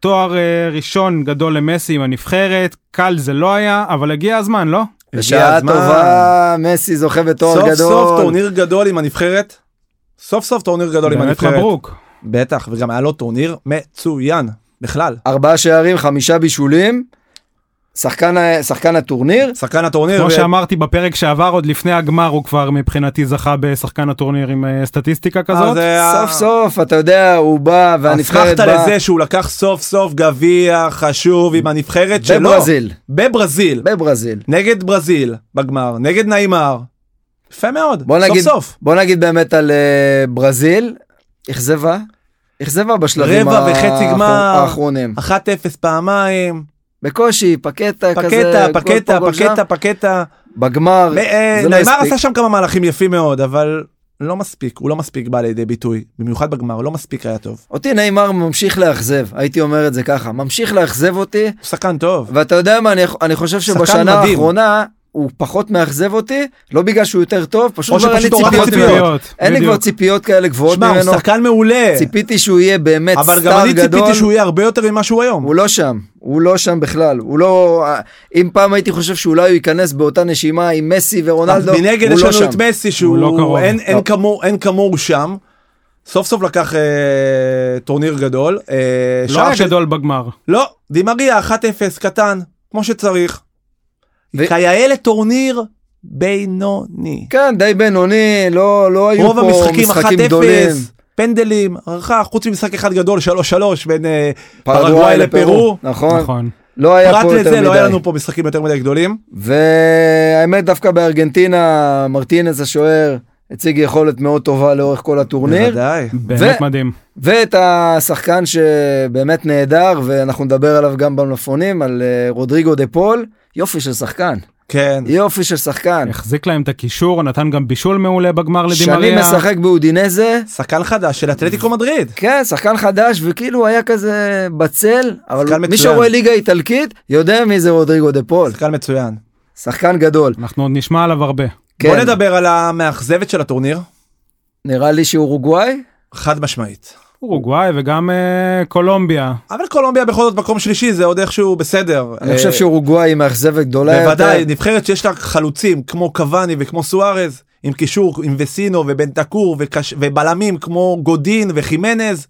S1: תואר אה, ראשון גדול למסי עם הנבחרת, קל זה לא היה, אבל הגיע הזמן, לא?
S2: בשעה
S3: הזמן.
S2: טובה, מסי זוכה בתואר
S3: סוף
S2: גדול.
S3: סוף טורניר גדול עם הנבחרת. סוף סוף טורניר גדול עם
S1: באמת
S3: הנבחרת.
S1: מברוק.
S3: בטח, וגם היה לו טורניר מצוין, בכלל.
S2: ארבעה שערים, חמישה בישולים. שחקן, ה- שחקן הטורניר,
S3: שחקן הטורניר,
S1: כמו
S3: ו-
S1: שאמרתי בפרק שעבר, עוד לפני הגמר הוא כבר מבחינתי זכה בשחקן הטורניר עם אה, סטטיסטיקה כזאת.
S3: אז, אה,
S2: סוף סוף, אתה יודע, הוא בא והנבחרת
S3: הפכת
S2: באה.
S3: לזה שהוא לקח סוף סוף גביע חשוב עם הנבחרת שלו.
S2: בברזיל,
S3: בברזיל.
S2: בברזיל.
S3: נגד ברזיל, בגמר, נגד נעימר. יפה מאוד,
S2: בוא נגיד,
S3: סוף סוף.
S2: בוא נגיד באמת על אה, ברזיל, אכזבה, אכזבה בשלבים
S3: רבע
S2: האחר-
S3: וחצי גמר.
S2: האחרונים.
S3: 1-0 פעמיים,
S2: בקושי, פקטה,
S3: פקטה,
S2: כזה, גול
S3: פקטה,
S2: פה, גול שם.
S3: פקטה, פקטה.
S2: בגמר,
S3: מ- אה,
S2: זה לא
S3: נעימר
S2: הספיק.
S3: עשה שם כמה מהלכים יפים מאוד, אבל לא מספיק, הוא לא מספיק בא לידי ביטוי, במיוחד בגמר, לא מספיק היה טוב.
S2: אותי נעימר ממשיך לאכזב, הייתי אומר את זה ככה, ממשיך לאכזב אותי,
S3: הוא שחקן טוב.
S2: ואתה יודע מה, אני, אני חושב
S3: שחקן
S2: שבשנה
S3: מדהים.
S2: האחרונה הוא פחות מאכזב אותי, לא בגלל שהוא יותר טוב, פשוט
S3: או
S2: כבר אין לי
S3: שפשוט הורדתי
S2: ציפיות.
S3: ציפיות.
S2: ממנו. אין לי כבר
S1: בדיוק.
S2: ציפיות כאלה גבוהות
S3: שמע,
S2: ממנו,
S3: הוא שחקן מעולה.
S2: ציפיתי שהוא יהיה באמת
S3: אבל גם
S2: סטאר
S3: אני
S2: גדול.
S3: ציפיתי שהוא יהיה הרבה יותר ממה שהוא היום.
S2: הוא לא שם, הוא לא שם בכלל, הוא לא... אם פעם הייתי חושב שאולי הוא ייכנס באותה נשימה עם מסי
S3: אז
S2: ורונלדו,
S3: מנגד
S2: הוא
S3: יש
S2: לא
S3: לנו
S2: שם.
S3: את מסי
S1: הוא לא קרוב.
S3: שהוא אין- אין
S2: לא.
S3: כמוהו- אין כמוהו שם. סוף סוף לקח אה, טורניר גדול. אה,
S1: לא
S3: שער
S1: היה
S3: של-
S1: גדול בגמר.
S3: לא, דימריה 1-0 קטן, כמו שצריך.
S2: ו-
S3: כיאה לטורניר בינוני.
S2: כן, די בינוני, לא, לא היו
S3: רוב
S2: פה
S3: המשחקים 1-0,
S2: משחקים גדולים.
S3: פנדלים, הרחק, חוץ ממשחק אחד גדול, 3-3 בין אה, פרגוואי לפרו.
S2: נכון.
S1: נכון.
S2: לא היה
S3: פרט
S2: פה יותר
S3: לזה
S2: מדי.
S3: לא היה לנו פה משחקים יותר מדי גדולים.
S2: והאמת דווקא בארגנטינה, מרטינז השוער הציג יכולת מאוד טובה לאורך כל הטורניר.
S3: בוודאי.
S1: באמת מדהים.
S2: ואת השחקן שבאמת נהדר, ואנחנו נדבר עליו גם במלפונים, על אה, רודריגו דה פול. יופי של שחקן,
S3: כן.
S2: יופי של שחקן.
S1: החזיק להם את הקישור, נתן גם בישול מעולה בגמר
S2: שנים
S1: לדימריה.
S2: משחק באודינזה,
S3: שחקן חדש של אתלטיקו מדריד.
S2: כן, שחקן חדש, וכאילו היה כזה בצל,
S3: שחקן
S2: אבל מי
S3: מצוין.
S2: שרואה ליגה איטלקית, יודע מי זה רודריגו דה פול.
S3: שחקן מצוין.
S2: שחקן גדול.
S1: אנחנו עוד נשמע עליו הרבה.
S3: בוא
S2: כן.
S3: נדבר על המאכזבת של הטורניר,
S2: נראה לי שאורוגוואי?
S3: חד משמעית.
S1: אורוגוואי וגם אה, קולומביה.
S3: אבל קולומביה בכל זאת מקום שלישי זה עוד איכשהו בסדר.
S2: אני
S3: אה,
S2: חושב שאורוגוואי היא מאכזבת גדולה יותר.
S3: בוודאי נבחרת שיש לה חלוצים כמו קוואני וכמו סוארז עם קישור עם וסינו ובן דקור וקש... ובלמים כמו גודין וחימנז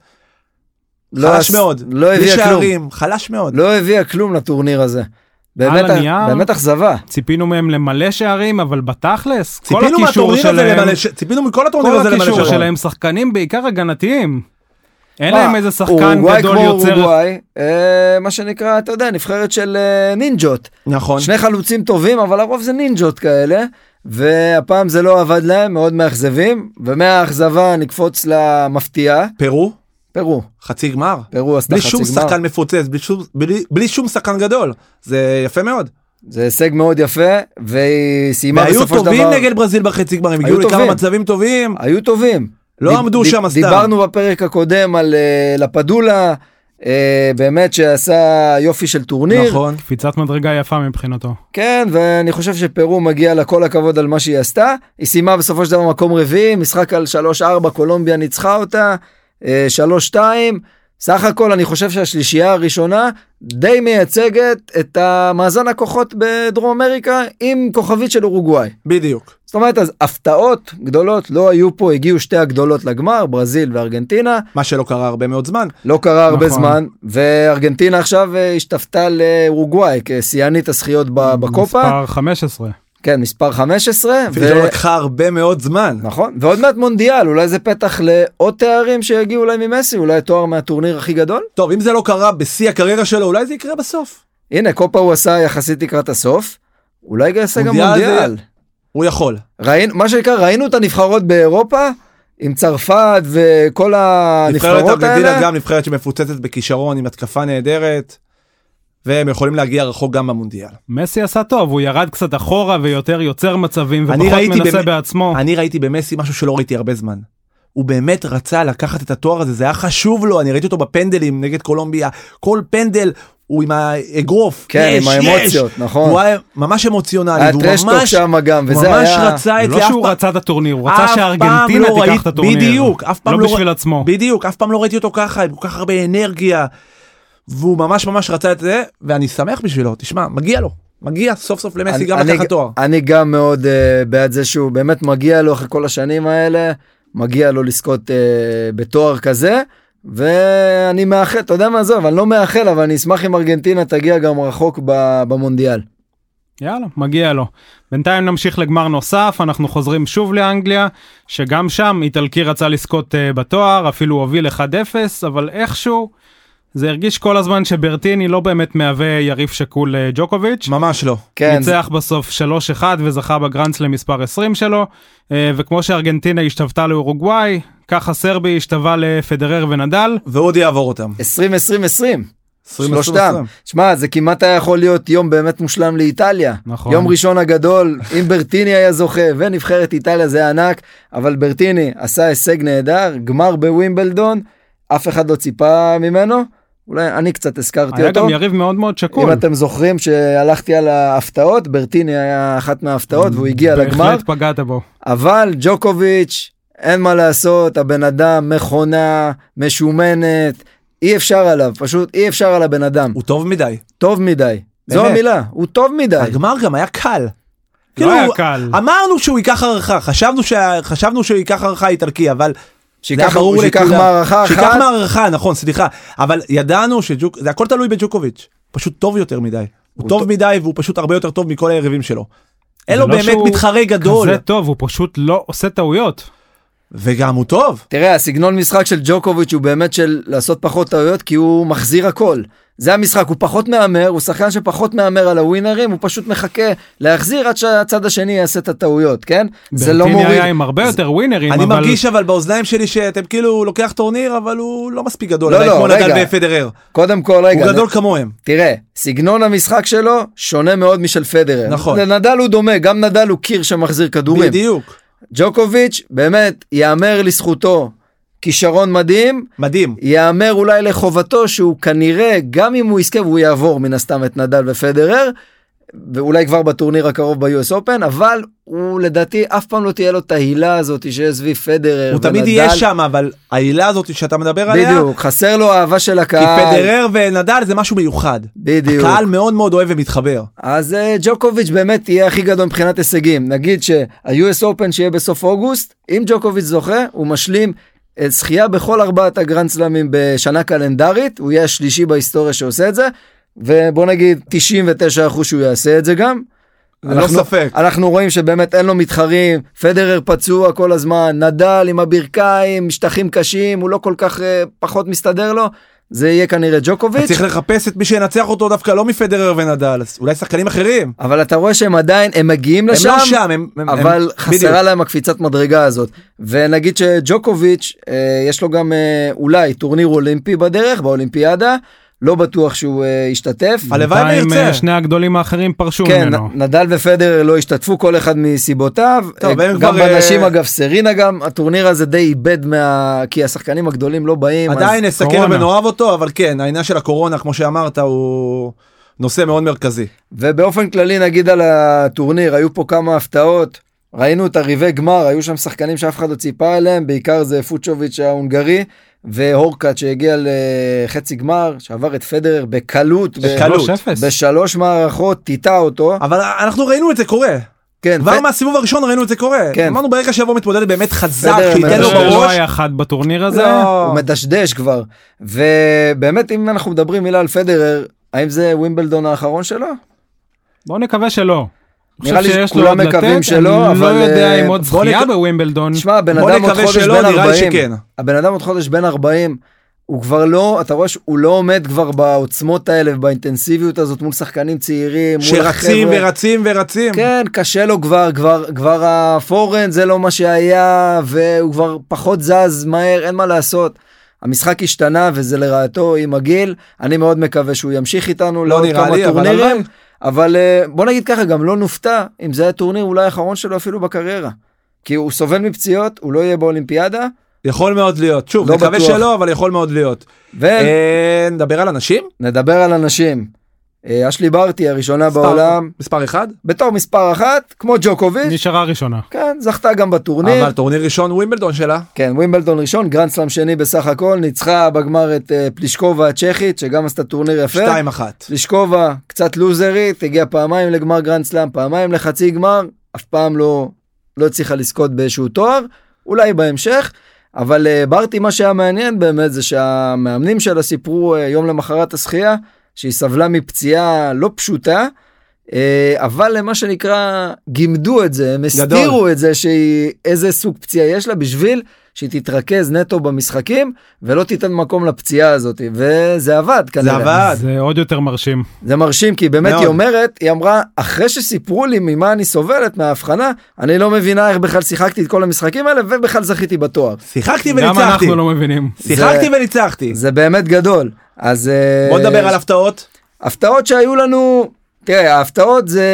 S2: לא
S3: חלש
S2: עש-
S3: מאוד.
S2: לא
S3: בלי
S2: הביאה כלום.
S3: שערים, חלש מאוד.
S2: לא הביאה כלום לטורניר הזה. באמת,
S1: הנייר.
S2: באמת אכזבה.
S1: ציפינו מהם למלא שערים, אבל בתכלס, כל
S3: ציפינו
S1: הקישור
S3: מהטורניר הזה
S1: שלהם,
S3: למלא ש- ציפינו מכל הטורניר
S1: כל
S3: הזה למלא
S1: הקישור
S3: שערים. אה,
S1: שלהם שחקנים בעיקר הגנתיים. אין
S2: מה,
S1: להם איזה שחקן
S2: אה, אורוגוואי
S1: גדול
S2: כמו
S1: יוצר.
S2: אורוגוואי, אה, מה שנקרא, אתה יודע, נבחרת של אה, נינג'ות.
S3: נכון.
S2: שני חלוצים טובים, אבל הרוב זה נינג'ות כאלה. והפעם זה לא עבד להם, מאוד מאכזבים. ומהאכזבה נקפוץ למפתיעה,
S3: פרו
S2: פרו.
S3: חצי גמר.
S2: פרו עשתה
S3: בלי
S2: חצי
S3: שום
S2: גמר.
S3: שחקן מפוצץ, בלי שום- בלי- בלי שום שחקן גדול. זה יפה מאוד.
S2: זה הישג מאוד יפה, והיא סיימה
S3: והיו
S2: בסופו של דבר...
S3: טובים נגד ברזיל בחצי גמר, הם
S2: היו
S3: הגיעו לכמה
S2: טובים.
S3: מצבים טובים.
S2: היו טובים.
S3: לא
S2: דיב-
S3: עמדו
S2: דיב-
S3: שם סתם.
S2: דיברנו בפרק הקודם על אה, לפדולה, אה, באמת שעשה יופי של טורניר.
S3: נכון.
S1: קפיצת מדרגה יפה מבחינתו.
S2: כן, ואני חושב שפרו מגיע לה כל הכבוד על מה שהיא עשתה. היא סיימה בסופו של דבר מקום רביעי, משחק על 3-4, קולומביה ניצחה אותה, אה, 3-2. סך הכל אני חושב שהשלישייה הראשונה די מייצגת את המאזן הכוחות בדרום אמריקה עם כוכבית של אורוגוואי.
S3: בדיוק.
S2: זאת אומרת, אז הפתעות גדולות לא היו פה, הגיעו שתי הגדולות לגמר, ברזיל וארגנטינה,
S3: מה שלא קרה הרבה מאוד זמן.
S2: לא קרה הרבה
S1: נכון.
S2: זמן, וארגנטינה עכשיו אה, השתפתה לאורוגוואי כשיאנית הזכיות ב- בקופה,
S1: מספר 15.
S2: כן, מספר 15,
S3: אפילו שלא לקחה הרבה מאוד זמן.
S2: נכון, ועוד מעט מונדיאל, אולי זה פתח לעוד תארים שיגיעו אולי ממסי, אולי תואר מהטורניר הכי גדול?
S3: טוב, אם זה לא קרה בשיא הקריירה שלו, אולי זה יקרה בסוף.
S2: הנה, קופה הוא עשה יחסית לקראת הסוף, אולי יעשה גם
S3: מונדיאל זה-
S2: מונדיאל.
S3: הוא יכול.
S2: ראינו, מה שנקרא, ראינו את הנבחרות באירופה, עם צרפת וכל
S3: נבחרת
S2: הנבחרות
S3: ארגנטינה
S2: האלה.
S3: גם נבחרת שמפוצצת בכישרון עם התקפה נהדרת, והם יכולים להגיע רחוק גם במונדיאל.
S1: מסי עשה טוב, הוא ירד קצת אחורה ויותר יוצר מצבים
S3: אני
S1: ופחות
S3: ראיתי
S1: מנסה
S3: באמת-
S1: בעצמו.
S3: אני ראיתי במסי משהו שלא ראיתי הרבה זמן. הוא באמת רצה לקחת את התואר הזה, זה היה חשוב לו, אני ראיתי אותו בפנדלים נגד קולומביה, כל פנדל הוא עם האגרוף.
S2: כן, עם
S3: יש,
S2: האמוציות,
S3: יש.
S2: נכון.
S3: הוא היה ממש אמוציונלי,
S2: היה
S3: והוא
S2: טרשטוק
S3: ממש,
S2: שם גם,
S3: הוא
S2: וזה
S3: ממש
S2: היה...
S3: רצה את
S1: לא
S3: זה, אף
S1: שהוא
S3: פעם-
S1: רצה את הטורניר, הוא רצה
S3: אף פעם
S1: שארגנטינה
S3: לא
S1: תיקח
S3: ראיתי-
S1: את הטורניר.
S3: בדיוק, אף פעם
S1: לא
S3: לא
S1: בשביל
S3: רא-
S1: עצמו.
S3: בדיוק, אף פעם לא ראיתי אותו ככה, עם כל כך הרבה אנרגיה, והוא ממש ממש רצה את זה, ואני שמח בשבילו, תשמע, מגיע לו, מגיע סוף סוף למסי גם לקחת תואר.
S2: אני גם מאוד uh, בעד זה שהוא באמת מגיע לו אחרי כל השנים האלה, מגיע לו לזכות uh, בתואר כזה, ואני מאחל, אתה יודע מה עזוב, אני לא מאחל, אבל אני אשמח אם ארגנטינה תגיע גם רחוק ב- במונדיאל.
S1: יאללה, מגיע לו. בינתיים נמשיך לגמר נוסף, אנחנו חוזרים שוב לאנגליה, שגם שם איטלקי רצה לזכות אה, בתואר, אפילו הוביל 1-0, אבל איכשהו זה הרגיש כל הזמן שברטיני לא באמת מהווה יריב שקול לג'וקוביץ'.
S3: ממש לא.
S2: כן, זה-
S1: ניצח בסוף 3-1 וזכה בגרנדסלם מספר 20 שלו, אה, וכמו שארגנטינה השתוותה לאורוגוואי, ככה סרבי השתווה לפדרר ונדל.
S3: והוא עוד יעבור אותם.
S2: 20, 20, 20,
S3: 20, 20,
S2: שלושתם.
S3: 20.
S2: שמע, זה כמעט היה יכול להיות יום באמת מושלם לאיטליה.
S1: נכון.
S2: יום ראשון הגדול, אם ברטיני היה זוכה ונבחרת איטליה זה היה ענק, אבל ברטיני עשה הישג נהדר, גמר בווימבלדון, אף אחד לא ציפה ממנו, אולי אני קצת הזכרתי
S1: היה
S2: אותו.
S1: גם יריב מאוד מאוד שקול.
S2: אם אתם זוכרים שהלכתי על ההפתעות, ברטיני היה אחת מההפתעות והוא הגיע לגמר,
S1: בהחלט פגעת בו.
S2: אבל ג'וקוביץ', אין מה לעשות, הבן אדם מכונה, משומנת, אי אפשר עליו, פשוט אי אפשר על הבן אדם,
S3: הוא טוב מדי.
S2: טוב מדי. זו
S3: באמת.
S2: המילה, הוא טוב מדי.
S3: הגמר גם היה קל.
S1: אה, לא
S3: כאילו,
S1: היה קל.
S3: אמרנו שהוא ייקח הערכה, חשבנו שה- חשבנו שהוא ייקח הערכה איטלקי, אבל
S2: שייקח-
S3: זה היה ברור
S2: שייקח
S3: לכולם.
S2: מערכה אחת.
S3: שייקח מערכה, נכון, סליחה. אבל ידענו שג'וק, זה הכל תלוי בג'וקוביץ', פשוט טוב יותר מדי. הוא
S2: הוא
S3: טוב
S2: טוב-
S3: מדי והוא פשוט הרבה יותר טוב מכל היריבים שלו. אין
S1: זה
S3: לו
S1: לא
S3: באמת
S1: שהוא
S3: מתחרה גדול.
S1: כזה טוב, הוא פשוט לא עושה טעויות.
S3: וגם הוא טוב.
S2: תראה, הסגנון משחק של ג'וקוביץ' הוא באמת של לעשות פחות טעויות, כי הוא מחזיר הכל. זה המשחק, הוא פחות מהמר, הוא שחקן שפחות מהמר על הווינרים, הוא פשוט מחכה להחזיר עד שהצד השני יעשה את הטעויות, כן? זה לא
S1: ברטיני
S2: מוריד.
S1: היה עם הרבה יותר ווינרים,
S3: אני
S1: אבל...
S3: מרגיש אבל באוזניים שלי שאתם כאילו הוא לוקח טורניר אבל הוא לא מספיק גדול.
S2: לא,
S3: עדיין
S2: לא,
S3: כמו
S2: רגע.
S3: נדל ופדרר.
S2: קודם כל, רגע,
S3: הוא
S2: נ-
S3: גדול כמוהם.
S2: תראה, סגנון המשחק שלו שונה מאוד משל פדרר.
S3: נכון.
S2: לנדל הוא דומה, גם נדל הוא קיר שמחזיר כדורים.
S3: בדיוק.
S2: ג'וקוביץ', באמת, ייאמר לזכותו כישרון מדהים,
S3: מדהים.
S2: ייאמר אולי לחובתו שהוא כנראה, גם אם הוא יזכה והוא יעבור מן הסתם את נדל ופדרר, ואולי כבר בטורניר הקרוב ב-US Open, אבל הוא לדעתי אף פעם לא תהיה לו את ההילה הזאת שיש סביב פדרר
S3: הוא תמיד יהיה שם אבל העילה הזאת שאתה מדבר עליה.
S2: בדיוק, חסר לו אהבה של
S3: כי
S2: הקהל.
S3: פדרר ונדל זה משהו מיוחד.
S2: בדיוק.
S3: הקהל מאוד מאוד אוהב ומתחבר.
S2: אז אה, ג'וקוביץ' באמת יהיה הכי גדול מבחינת הישגים. נגיד שה-US Open שיהיה בסוף אוגוסט, אם ג'וקוביץ' זוכה, הוא משלים אה, זכייה בכל ארבעת הגרנד סלאמים בשנה קלנדרית, הוא יהיה השלישי בהיסטוריה שעושה את זה, ובוא נגיד 99% שהוא יעשה את זה גם.
S3: ללא
S2: אנחנו-
S3: ספק.
S2: אנחנו רואים שבאמת אין לו מתחרים, פדרר פצוע כל הזמן, נדל עם הברכיים, שטחים קשים, הוא לא כל כך אה, פחות מסתדר לו, זה יהיה כנראה
S3: אתה
S2: ג'וקוביץ'.
S3: צריך לחפש את מי שינצח אותו דווקא לא מפדרר ונדל, אז אולי שחקנים אחרים.
S2: אבל אתה רואה שהם עדיין, הם מגיעים
S3: הם
S2: לשם,
S3: לא שם, הם... הם-
S2: אבל
S3: הם-
S2: חסרה להם הקפיצת מדרגה הזאת. ונגיד שג'וקוביץ', אה, יש לו גם אה, אולי טורניר אולימפי בדרך, באולימפיאדה, לא בטוח שהוא אה, ישתתף.
S3: הלוואי
S1: בינתיים,
S3: וירצה.
S1: אה, שני הגדולים האחרים פרשו
S2: כן,
S1: ממנו.
S2: נ- נדל ופדרר לא השתתפו, כל אחד מסיבותיו.
S3: טוב,
S2: אה,
S3: הם
S2: גם
S3: כבר, אה,
S2: בנשים, אגב, סרינה גם, הטורניר הזה די איבד מה... כי השחקנים הגדולים לא באים. אז-
S3: עדיין נסקר
S1: קורונה.
S3: ונאהב אותו, אבל כן, העניין של הקורונה, כמו שאמרת, הוא נושא מאוד מרכזי.
S2: ובאופן כללי נגיד על הטורניר היו פה כמה הפתעות ראינו את הריבי גמר היו שם שחקנים שאף אחד לא ציפה אליהם בעיקר זה פוצ'וביץ' ההונגרי והורקאט שהגיע לחצי גמר שעבר את פדרר בקלות ב-
S3: בקלות.
S1: שלוש לא, אפס.
S2: בשלוש מערכות טיטה אותו
S3: אבל אנחנו ראינו את זה קורה.
S2: כן
S3: כבר
S2: פ-
S3: מהסיבוב הראשון ראינו את זה קורה.
S2: כן.
S3: אמרנו ברגע שיבוא מתמודד באמת חזק,
S2: בסדר,
S3: שייתן לו
S2: בסדר.
S1: זה לא
S3: כן, בראש.
S1: היה אחד בטורניר הזה.
S3: לא.
S2: אה, הוא מדשדש כבר ובאמת אם אנחנו מדברים מילה על פדרר האם זה ווימבלדון האחרון שלו?
S1: בוא נקווה שלא. אני
S2: נראה
S1: חושב
S2: לי
S1: שיש לו
S2: שכולם
S1: עוד
S2: מקווים
S1: לתת,
S2: שלא,
S1: אני לא
S2: אבל,
S1: יודע
S2: אה,
S1: אם עוד
S3: בוא
S1: זכייה
S3: נק-
S1: בווימבלדון.
S2: תשמע הבן
S3: בוא
S2: אדם עוד
S3: נקווה
S2: חודש
S3: שלא,
S2: בן
S3: נראה לי
S2: 40.
S3: שכן.
S2: הבן אדם עוד חודש בן 40, הוא כבר לא, אתה רואה שהוא לא עומד כבר בעוצמות האלה ובאינטנסיביות הזאת מול שחקנים צעירים, מול
S3: שרצים
S2: החבר'ה.
S3: ורצים ורצים.
S2: כן, קשה לו כבר, כבר, כבר הפורן זה לא מה שהיה, והוא כבר פחות זז מהר, אין מה לעשות. המשחק השתנה וזה לרעתו עם הגיל, אני מאוד מקווה שהוא ימשיך איתנו
S3: לא
S2: לעוד
S3: נראה
S2: כמה
S3: לי, אבל הלוואי.
S2: טורנירים, אבל אה, בוא נגיד ככה, גם לא נופתע אם זה היה טורניר אולי האחרון שלו אפילו בקריירה. כי הוא סובל מפציעות, הוא לא יהיה באולימפיאדה,
S3: יכול מאוד להיות. שוב,
S2: לא
S3: נקווה
S2: בטוח.
S3: שלא, אבל יכול מאוד להיות.
S2: ו...
S3: אה, נדבר על אנשים?
S2: נדבר על אנשים. אה, אשלי ברטי הראשונה
S3: מספר-
S2: בעולם,
S3: מספר אחד?
S2: בתור מספר אחת, כמו ג'וקוביץ',
S1: נשארה ראשונה.
S2: כן, זכתה גם בטורניר.
S3: אבל טורניר ראשון ווימבלדון שלה.
S2: כן, ווימבלדון ראשון, גרנד סלאם שני בסך הכל, ניצחה בגמר את אה, פלישקובה הצ'כית, שגם עשתה טורניר יפה.
S3: שתיים אחת.
S2: פלישקובה קצת לוזרית, הגיעה פעמיים לגמר גרנד סלאם, פעמיים לחצי גמר, אף פעם לא, לא הצליחה לזכות באיזשהו תואר, אולי בהמשך. אבל אה, ברטי, מה שהיה מעניין באמת זה שהמאמנים שלה סיפרו אה, יום למחרת הזכייה, שהיא סבלה מפציעה לא פשוטה, אה, אבל הם, מה שנקרא גימדו את זה, הם הסתירו את זה, שהיא, איזה סוג פציעה יש לה בשביל שהיא תתרכז נטו במשחקים ולא תיתן מקום לפציעה הזאת, וזה עבד כנראה.
S3: עבד. אחד.
S1: זה עוד יותר מרשים.
S2: זה מרשים כי באמת
S3: מאוד.
S2: היא אומרת היא אמרה אחרי שסיפרו לי ממה אני סובלת מההבחנה אני לא מבינה איך בכלל שיחקתי את כל המשחקים האלה ובכלל זכיתי בתואר
S3: שיחקתי
S1: גם
S3: וניצחתי.
S1: אנחנו לא מבינים.
S3: שיחקתי וניצחתי.
S2: זה באמת גדול אז אה,
S3: בוא נדבר על הפתעות.
S2: הפתעות שהיו לנו תראה ההפתעות זה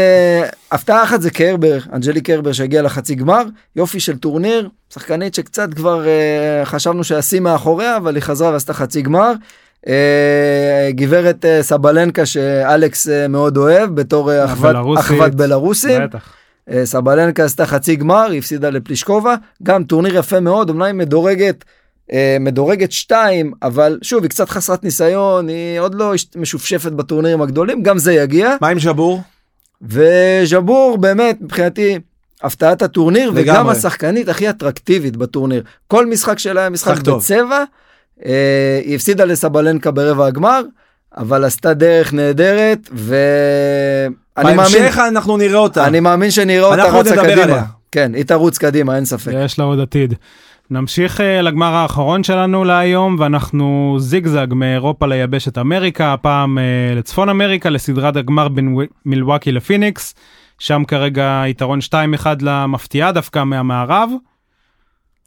S2: הפתעה אחת זה קרבר אנג'לי קרבר שהגיע לחצי גמר יופי של טורניר שחקנית שקצת כבר אה, חשבנו שהשיא מאחוריה אבל היא חזרה ועשתה חצי גמר. אה, גברת אה, סבלנקה שאלכס אה, מאוד אוהב בתור אה, אחוות-
S1: הבלרוסית.
S2: אחוות בלרוסים.
S1: בטח.
S2: אה, סבלנקה עשתה חצי גמר, היא הפסידה לפלישקובה, גם טורניר יפה מאוד, אומנם היא מדורגת, אה, מדורגת 2, אבל שוב, היא קצת חסרת ניסיון, היא עוד לא הש- משופשפת בטורנירים הגדולים, גם זה יגיע.
S3: מה עם ז'בור?
S2: וז'בור באמת, מבחינתי, הפתעת הטורניר, וגם
S3: לגמרי.
S2: השחקנית הכי אטרקטיבית בטורניר. כל משחק שלה היה משחק
S3: משחק טוב.
S2: בצבע, אה, היא הפסידה לסבלנקה ברבע הגמר, אבל עשתה דרך נהדרת, ואני מאמין,
S3: בהמשך אנחנו נראה אותה.
S2: אני מאמין שנראה אותה
S3: אנחנו עוד
S2: רצה
S3: נדבר עליה.
S2: קדימה. כן, היא תרוץ קדימה, אין ספק.
S1: יש לה עוד עתיד. נמשיך אה, לגמר האחרון שלנו להיום, ואנחנו זיגזג מאירופה ליבשת אמריקה, הפעם אה, לצפון אמריקה, לסדרת הגמר בין וו- מילווקי לפיניקס. שם כרגע יתרון 2-1 למפתיעה דווקא מהמערב.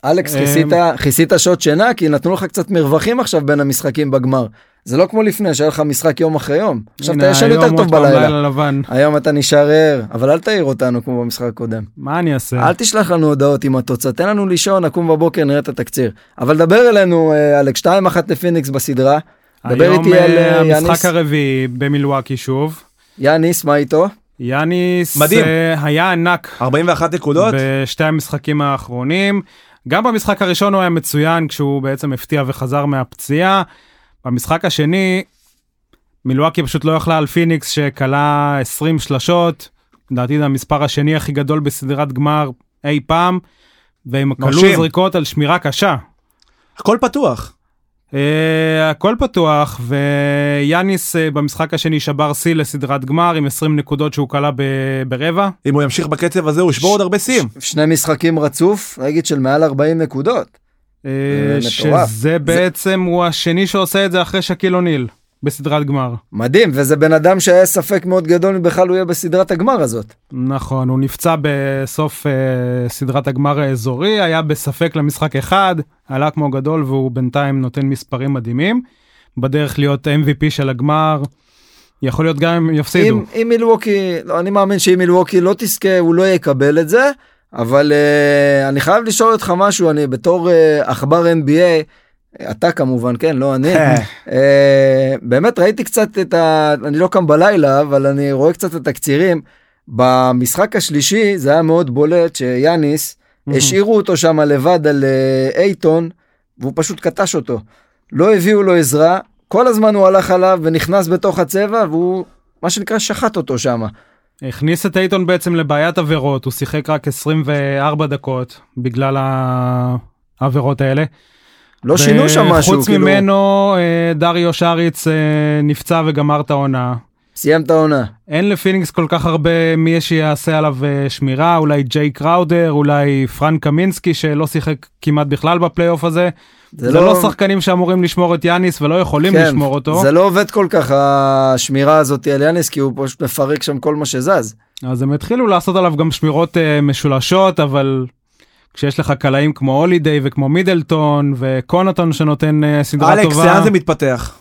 S2: אלכס,
S1: אמ,
S2: כיסית, כיסית שעות שינה, כי נתנו לך קצת מרווחים עכשיו בין המשחקים בגמר. זה לא כמו לפני, שהיה לך משחק יום אחרי יום. עכשיו אתה
S1: הנה,
S2: ישן
S1: היום
S2: יותר
S1: עוד
S2: טוב
S1: פעם
S2: בלילה.
S1: לילה לבן.
S2: היום אתה נשאר ער, אבל אל תעיר אותנו כמו במשחק הקודם.
S1: מה אני אעשה?
S2: אל תשלח לנו הודעות עם התוצאה, תן לנו לישון, נקום בבוקר, נראה את התקציר. אבל דבר אלינו, אה, אלכס, 2-1 לפיניקס בסדרה. דבר
S1: היום
S2: איתי על
S1: אה,
S2: אה, יאניס.
S1: המשחק הרביעי במילווקי שוב.
S2: יאניס, מה איתו?
S1: יאניס
S3: מדהים.
S1: אה, היה ענק
S3: 41 נקודות,
S1: בשתי המשחקים האחרונים. גם במשחק הראשון הוא היה מצוין כשהוא בעצם הפתיע וחזר מהפציעה. במשחק השני, מילואקי פשוט לא יכלה על פיניקס שכלה 20 שלשות. לדעתי זה המספר השני הכי גדול בסדרת גמר אי פעם. והם כלו
S3: מרשים.
S1: זריקות על שמירה קשה.
S3: הכל פתוח.
S1: אה, הכל פתוח ויאניס אה, במשחק השני שבר שיא לסדרת גמר עם 20 נקודות שהוא כלה ב- ברבע.
S3: אם הוא ימשיך בקצב הזה הוא ישבור עוד הרבה שיאים.
S2: שני משחקים רצוף, נגיד של מעל 40 נקודות.
S1: אה,
S2: מטורף.
S1: שזה בעצם הוא השני שעושה את זה אחרי שקיל אוניל בסדרת גמר.
S2: מדהים, וזה בן אדם שהיה ספק מאוד גדול אם בכלל הוא יהיה בסדרת הגמר הזאת.
S1: נכון, הוא נפצע בסוף אה, סדרת הגמר האזורי, היה בספק למשחק אחד, עלה כמו גדול והוא בינתיים נותן מספרים מדהימים. בדרך להיות MVP של הגמר, יכול להיות גם אם יפסידו.
S2: אם, אם מילווקי, לא, אני מאמין שאם מילווקי לא תזכה, הוא לא יקבל את זה, אבל uh, אני חייב לשאול אותך משהו, אני בתור uh, עכבר NBA, אתה כמובן, כן, לא אני,
S3: אה,
S2: uh, באמת ראיתי קצת את ה... אני לא קם בלילה, אבל אני רואה קצת את התקצירים. במשחק השלישי זה היה מאוד בולט שיאניס,
S1: Mhm.
S2: השאירו אותו שם לבד על אה, אייטון, והוא פשוט קטש אותו. לא הביאו לו עזרה, כל הזמן הוא הלך עליו ונכנס בתוך הצבע, והוא מה שנקרא שחט אותו שם.
S1: הכניס את אייטון בעצם לבעיית עבירות, הוא שיחק רק 24 דקות בגלל העבירות האלה.
S2: לא שינו שם משהו,
S1: חוץ
S2: כאילו,
S1: ממנו אה, דריו שריץ אה, נפצע וגמר את העונה.
S2: סיים את העונה.
S1: אין לפיניקס כל כך הרבה מי שיעשה עליו אה, שמירה, אולי ג'יי קראודר, אולי פרנק קמינסקי שלא שיחק כמעט בכלל בפלייאוף הזה. זה, לא... לא שחקנים שאמורים לשמור את יאניס ולא יכולים
S2: כן,
S1: לשמור אותו,
S2: זה לא עובד כל כך השמירה הזאת על יאניס, כי הוא פשוט מפרק שם כל מה שזז.
S1: אז הם התחילו לעשות עליו גם שמירות אה, משולשות, אבל כשיש לך קלעים כמו הולידיי וכמו מידלטון וקונטון שנותן אה, סדרה
S3: אלכס,
S1: טובה,
S3: לאן זה מתפתח?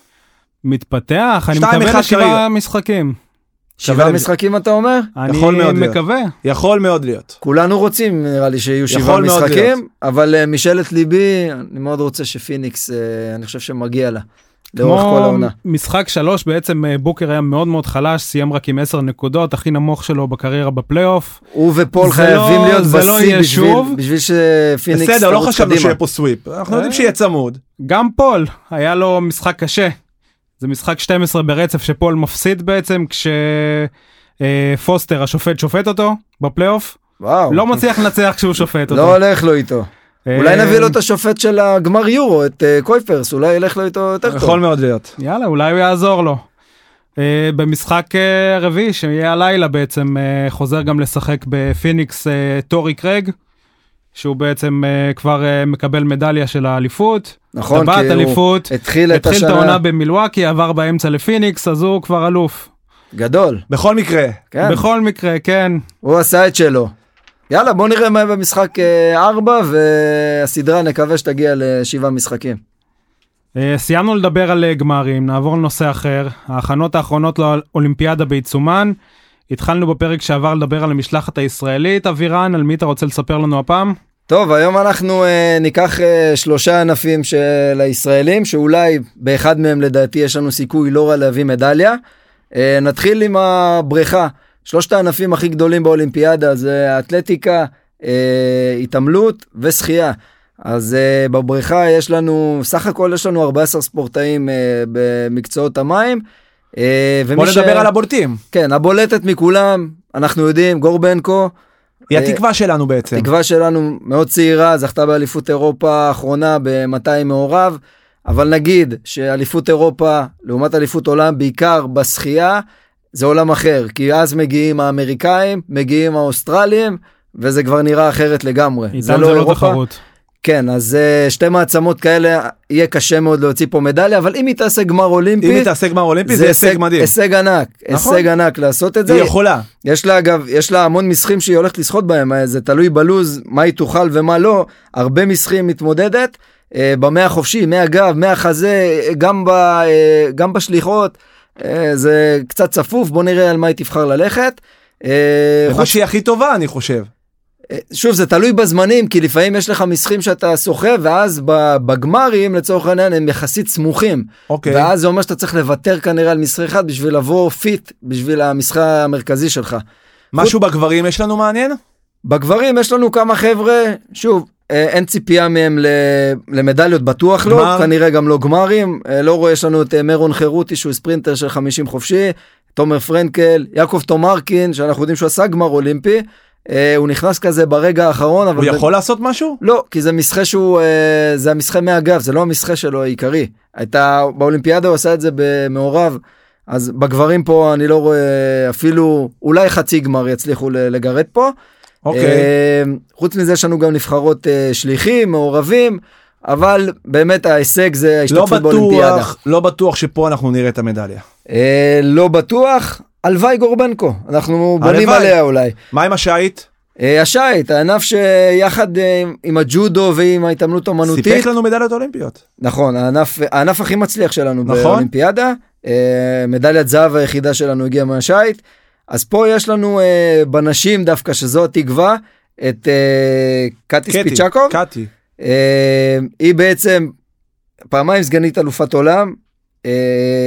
S1: מתפתח, אני
S3: שתיים
S1: מקווה
S3: אחד
S1: לשבעה
S3: כרגע.
S1: משחקים.
S2: שבעה
S3: אבל-
S2: משחקים אתה אומר?
S3: יכול מאוד
S1: אני
S3: להיות.
S1: מקווה.
S3: יכול מאוד להיות.
S2: כולנו רוצים נראה לי שיהיו
S3: יכול
S2: שבעה
S3: מאוד
S2: משחקים, אבל אה, משאלת ליבי, אני מאוד רוצה שפיניקס, אה, אני חושב שמגיע לה, לאורך כל
S1: כמו
S2: העונה.
S1: משחק שלוש בעצם אה, בוקר היה מאוד מאוד חלש סיים רק עם 10 נקודות הכי נמוך שלו בקריירה בפלייאוף.
S2: הוא ופול
S1: זה
S2: חייבים
S1: לא-
S2: להיות
S1: זה לא
S2: בשיא
S1: יהיה שוב.
S2: בשביל- בשביל שפיניקס
S3: בסדר, לא
S2: תרוץ
S3: חשבנו
S2: קדימה. אה,
S3: שיהיה פה סוויפ. אנחנו יודעים שיהיה צמוד.
S1: גם פול היה לו משחק קשה. זה משחק 12 ברצף שפול מפסיד בעצם כשפוסטר השופט שופט אותו בפלייאוף
S2: וואו,
S1: לא מצליח לנצח כשהוא שופט
S2: לא
S1: אותו.
S2: הולך לו איתו.
S1: אה,
S2: אולי נביא לו את השופט של הגמר יורו, את אה, קויפרס, אולי ילך לו איתו יותר טוב.
S3: יכול מאוד להיות.
S1: יאללה אולי הוא יעזור לו. אה, במשחק אה, רביעי שיהיה הלילה בעצם אה, חוזר גם לשחק בפיניקס אה, טורי קרג. שהוא בעצם אה, כבר אה, מקבל מדליה של האליפות.
S2: נכון,
S1: טבעת
S2: כי הוא
S1: אליפות.
S2: התחיל את
S1: התחיל את
S2: השנה
S1: העונה במילואקי עבר באמצע לפיניקס אז הוא כבר אלוף.
S2: גדול,
S3: בכל מקרה,
S2: כן,
S1: בכל מקרה כן
S2: הוא עשה את שלו. יאללה, בוא נראה מה יהיה במשחק 4, והסדרה נקווה שתגיע לשבעה משחקים.
S1: אה, סיימנו לדבר על אה, גמרים נעבור לנושא אחר ההכנות האחרונות לאולימפיאדה בעיצומן. התחלנו בפרק שעבר לדבר על המשלחת הישראלית אבירן על מי אתה רוצה לספר לנו הפעם?
S2: טוב, היום אנחנו אה, ניקח אה, שלושה ענפים של הישראלים, שאולי באחד מהם לדעתי יש לנו סיכוי לא רע להביא מדליה. אה, נתחיל עם הבריכה. שלושת הענפים הכי גדולים באולימפיאדה זה אתלטיקה, אה, התעמלות ושחייה. אז אה, בבריכה יש לנו, סך הכל יש לנו 14 ספורטאים אה, במקצועות המים. אה, ומי
S3: בוא
S2: ש-
S3: נדבר על הבולטים.
S2: כן, הבולטת מכולם, אנחנו יודעים, גורבנקו.
S3: היא
S2: אה,
S3: התקווה שלנו בעצם.
S2: התקווה שלנו מאוד צעירה, זכתה באליפות אירופה האחרונה ב-200 מעורב. אבל נגיד שאליפות אירופה לעומת אליפות עולם בעיקר בשחייה זה עולם אחר כי אז מגיעים האמריקאים מגיעים האוסטרלים וזה כבר נראה אחרת לגמרי.
S1: איתם זה לא תחרות.
S2: כן אז אה, שתי מעצמות כאלה יהיה קשה מאוד להוציא פה מדליה אבל אם היא תעשה גמר אולימפי.
S3: אם היא תעשה גמר אולימפי זה הישג מדהים.
S2: הישג ענק,
S3: נכון.
S2: הישג ענק לעשות את זה.
S3: היא יכולה.
S2: יש לה אגב, יש לה המון מסחים שהיא הולכת לשחות בהם, אה, זה תלוי בלוז, מה היא תאכל ומה לא, הרבה מסחים מתמודדת, אה, במאה החופשי, מהגב, מהחזה, אה, גם, ב, אה, גם בשליחות, אה, זה קצת צפוף, בוא נראה על מה היא תבחר ללכת. אה,
S3: במה שהיא הכי טובה אני חושב.
S2: שוב זה תלוי בזמנים כי לפעמים יש לך מסחים שאתה שוחה ואז ב- בגמרים לצורך העניין הם יחסית סמוכים
S3: אוקיי.
S2: ואז זה אומר שאתה צריך לוותר כנראה על מסחר אחד בשביל לבוא פיט בשביל המסחר המרכזי שלך.
S3: משהו בגברים יש לנו מעניין?
S2: בגברים יש לנו כמה חבר'ה שוב אה, אין ציפייה מהם ל- למדליות בטוח לא
S3: גמר?
S2: כנראה גם לא גמרים אה, לא רואה יש לנו את אה, מרון חירותי שהוא ספרינטר של 50 חופשי תומר פרנקל יעקב תומרקין שאנחנו יודעים שהוא עשה גמר אולימפי. אה, הוא נכנס כזה ברגע האחרון אבל
S3: הוא
S2: ב-
S3: יכול לעשות משהו?
S2: לא, כי זה מסחה שהוא, אה, זה המסחה מהגב, זה לא המסחה שלו העיקרי. הייתה, באולימפיאדה הוא עשה את זה במעורב, אז בגברים פה אני לא רואה אפילו, אולי חצי גמר יצליחו ל- לגרד פה.
S3: אוקיי.
S2: אה, חוץ מזה יש לנו גם נבחרות אה, שליחים, מעורבים, אבל באמת ההישג זה
S3: לא
S2: ההשתתפות באולימפיאדה.
S3: בטוח, לא בטוח שפה אנחנו נראה את המדליה.
S2: אה, לא בטוח, הלוואי גורבנקו, אנחנו בונים
S3: הלוואי.
S2: עליה אולי.
S3: מה עם השייט?
S2: אה, השייט, הענף שיחד אה, עם- עם הג'ודו ועם ההתעמלות האומנותית,
S3: סיפק לנו מדליות אולימפיות.
S2: נכון, הענף, הענף הכי מצליח שלנו
S3: נכון.
S2: נכון. באולימפיאדה, אה, מדליית זהב היחידה שלנו הגיעה מהשייט, אז פה יש לנו אה, בנשים דווקא, שזו התקווה, את אה, קטי ספיצ'קוב,
S3: קטי.
S2: אה, היא בעצם פעמיים סגנית אלופת עולם, אה,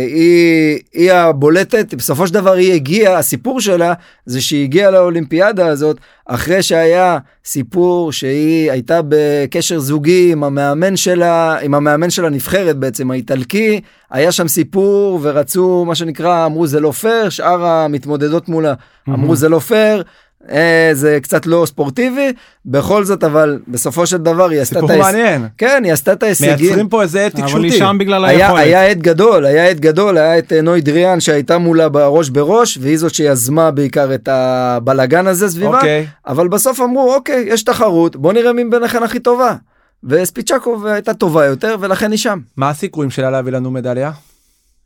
S2: היא, היא הבולטת, בסופו של דבר היא הגיעה, הסיפור שלה זה שהיא הגיעה לאולימפיאדה הזאת אחרי שהיה סיפור שהיא הייתה בקשר זוגי עם המאמן שלה, עם המאמן של הנבחרת בעצם, האיטלקי, היה שם סיפור ורצו, מה שנקרא, אמרו זה לא פייר, שאר המתמודדות מולה אמרו זה לא פייר. אה, זה קצת לא ספורטיבי בכל זאת אבל בסופו של דבר היא עשתה את
S3: סיפור
S2: ההיש-
S3: מעניין.
S2: כן, היא עשתה את ההישגים.
S3: מייצרים פה איזה עד
S1: אבל היא
S3: תקשורתי.
S1: שם בגלל
S2: היה,
S1: היכולת.
S2: היה עד גדול, היה עד גדול, היה את אה, נוי דריאן שהייתה מולה בראש בראש, והיא זאת שיזמה בעיקר את הבלגן הזה סביבה,
S3: אוקיי.
S2: אבל בסוף אמרו, אוקיי, יש תחרות, בוא נראה מי ביניכן הכי טובה. וספיצ'קוב הייתה טובה יותר, ולכן היא שם.
S3: מה הסיכויים שלה להביא לנו מדליה?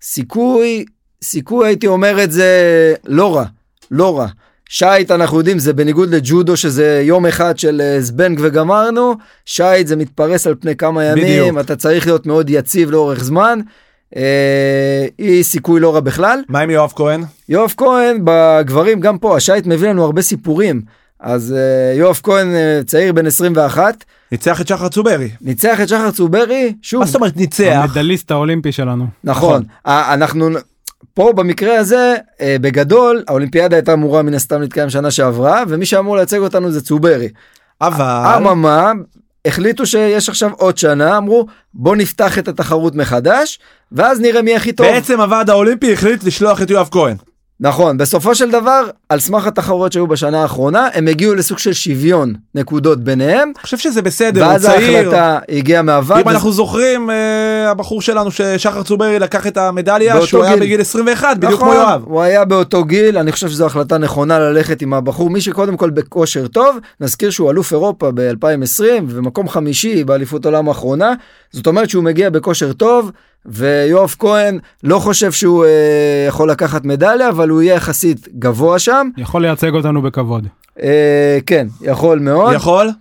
S2: סיכוי, סיכוי הייתי אומר את זה לא רע, לא רע. שייט אנחנו יודעים זה בניגוד לג'ודו שזה יום אחד של אה, זבנג וגמרנו, שייט זה מתפרס על פני כמה ימים,
S3: בדיוק.
S2: אתה צריך להיות מאוד יציב לאורך זמן, אה, היא סיכוי לא רע בכלל.
S3: מה עם יואב כהן?
S2: יואב כהן בגברים גם פה, השייט מביא לנו הרבה סיפורים, אז אה, יואב כהן אה, צעיר בן 21,
S3: ניצח את שחר צוברי.
S2: ניצח את שחר צוברי, שוב,
S3: מה זאת אומרת ניצח?
S1: המדליסט האולימפי שלנו.
S2: נכון. אה, אנחנו פה במקרה הזה אה, בגדול האולימפיאדה הייתה אמורה מן הסתם להתקיים שנה שעברה ומי שאמור לייצג אותנו זה צוברי. אה,
S3: אבל...
S2: אממה החליטו שיש עכשיו עוד שנה אמרו בוא נפתח את התחרות מחדש ואז נראה מי הכי טוב.
S3: בעצם הוועד האולימפי החליט לשלוח את יואב כהן.
S2: נכון בסופו של דבר על סמך התחרויות שהיו בשנה האחרונה הם הגיעו לסוג של שוויון נקודות ביניהם.
S3: אני חושב שזה בסדר, הוא
S2: ואז
S3: צעיר.
S2: ההחלטה הגיעה מהוועד.
S3: אם אנחנו זוכרים, אה, הבחור שלנו, שחר צוברי לקח את המדליה,
S2: באותו
S3: שהוא היה
S2: גיל.
S3: בגיל 21, בדיוק
S2: נכון,
S3: כמו יואב.
S2: הוא היה באותו גיל, אני חושב שזו החלטה נכונה ללכת עם הבחור, מי שקודם כל בכושר טוב, נזכיר שהוא אלוף אירופה ב-2020 ומקום חמישי באליפות עולם האחרונה, זאת אומרת שהוא מגיע בכושר טוב, ויואב כהן לא חושב שהוא אה, יכול לקחת מדליה, אבל הוא יהיה יחסית גבוה שם,
S1: יכול לייצג אותנו בכבוד.
S2: אה, כן, יכול מאוד, יכול.
S3: יכול?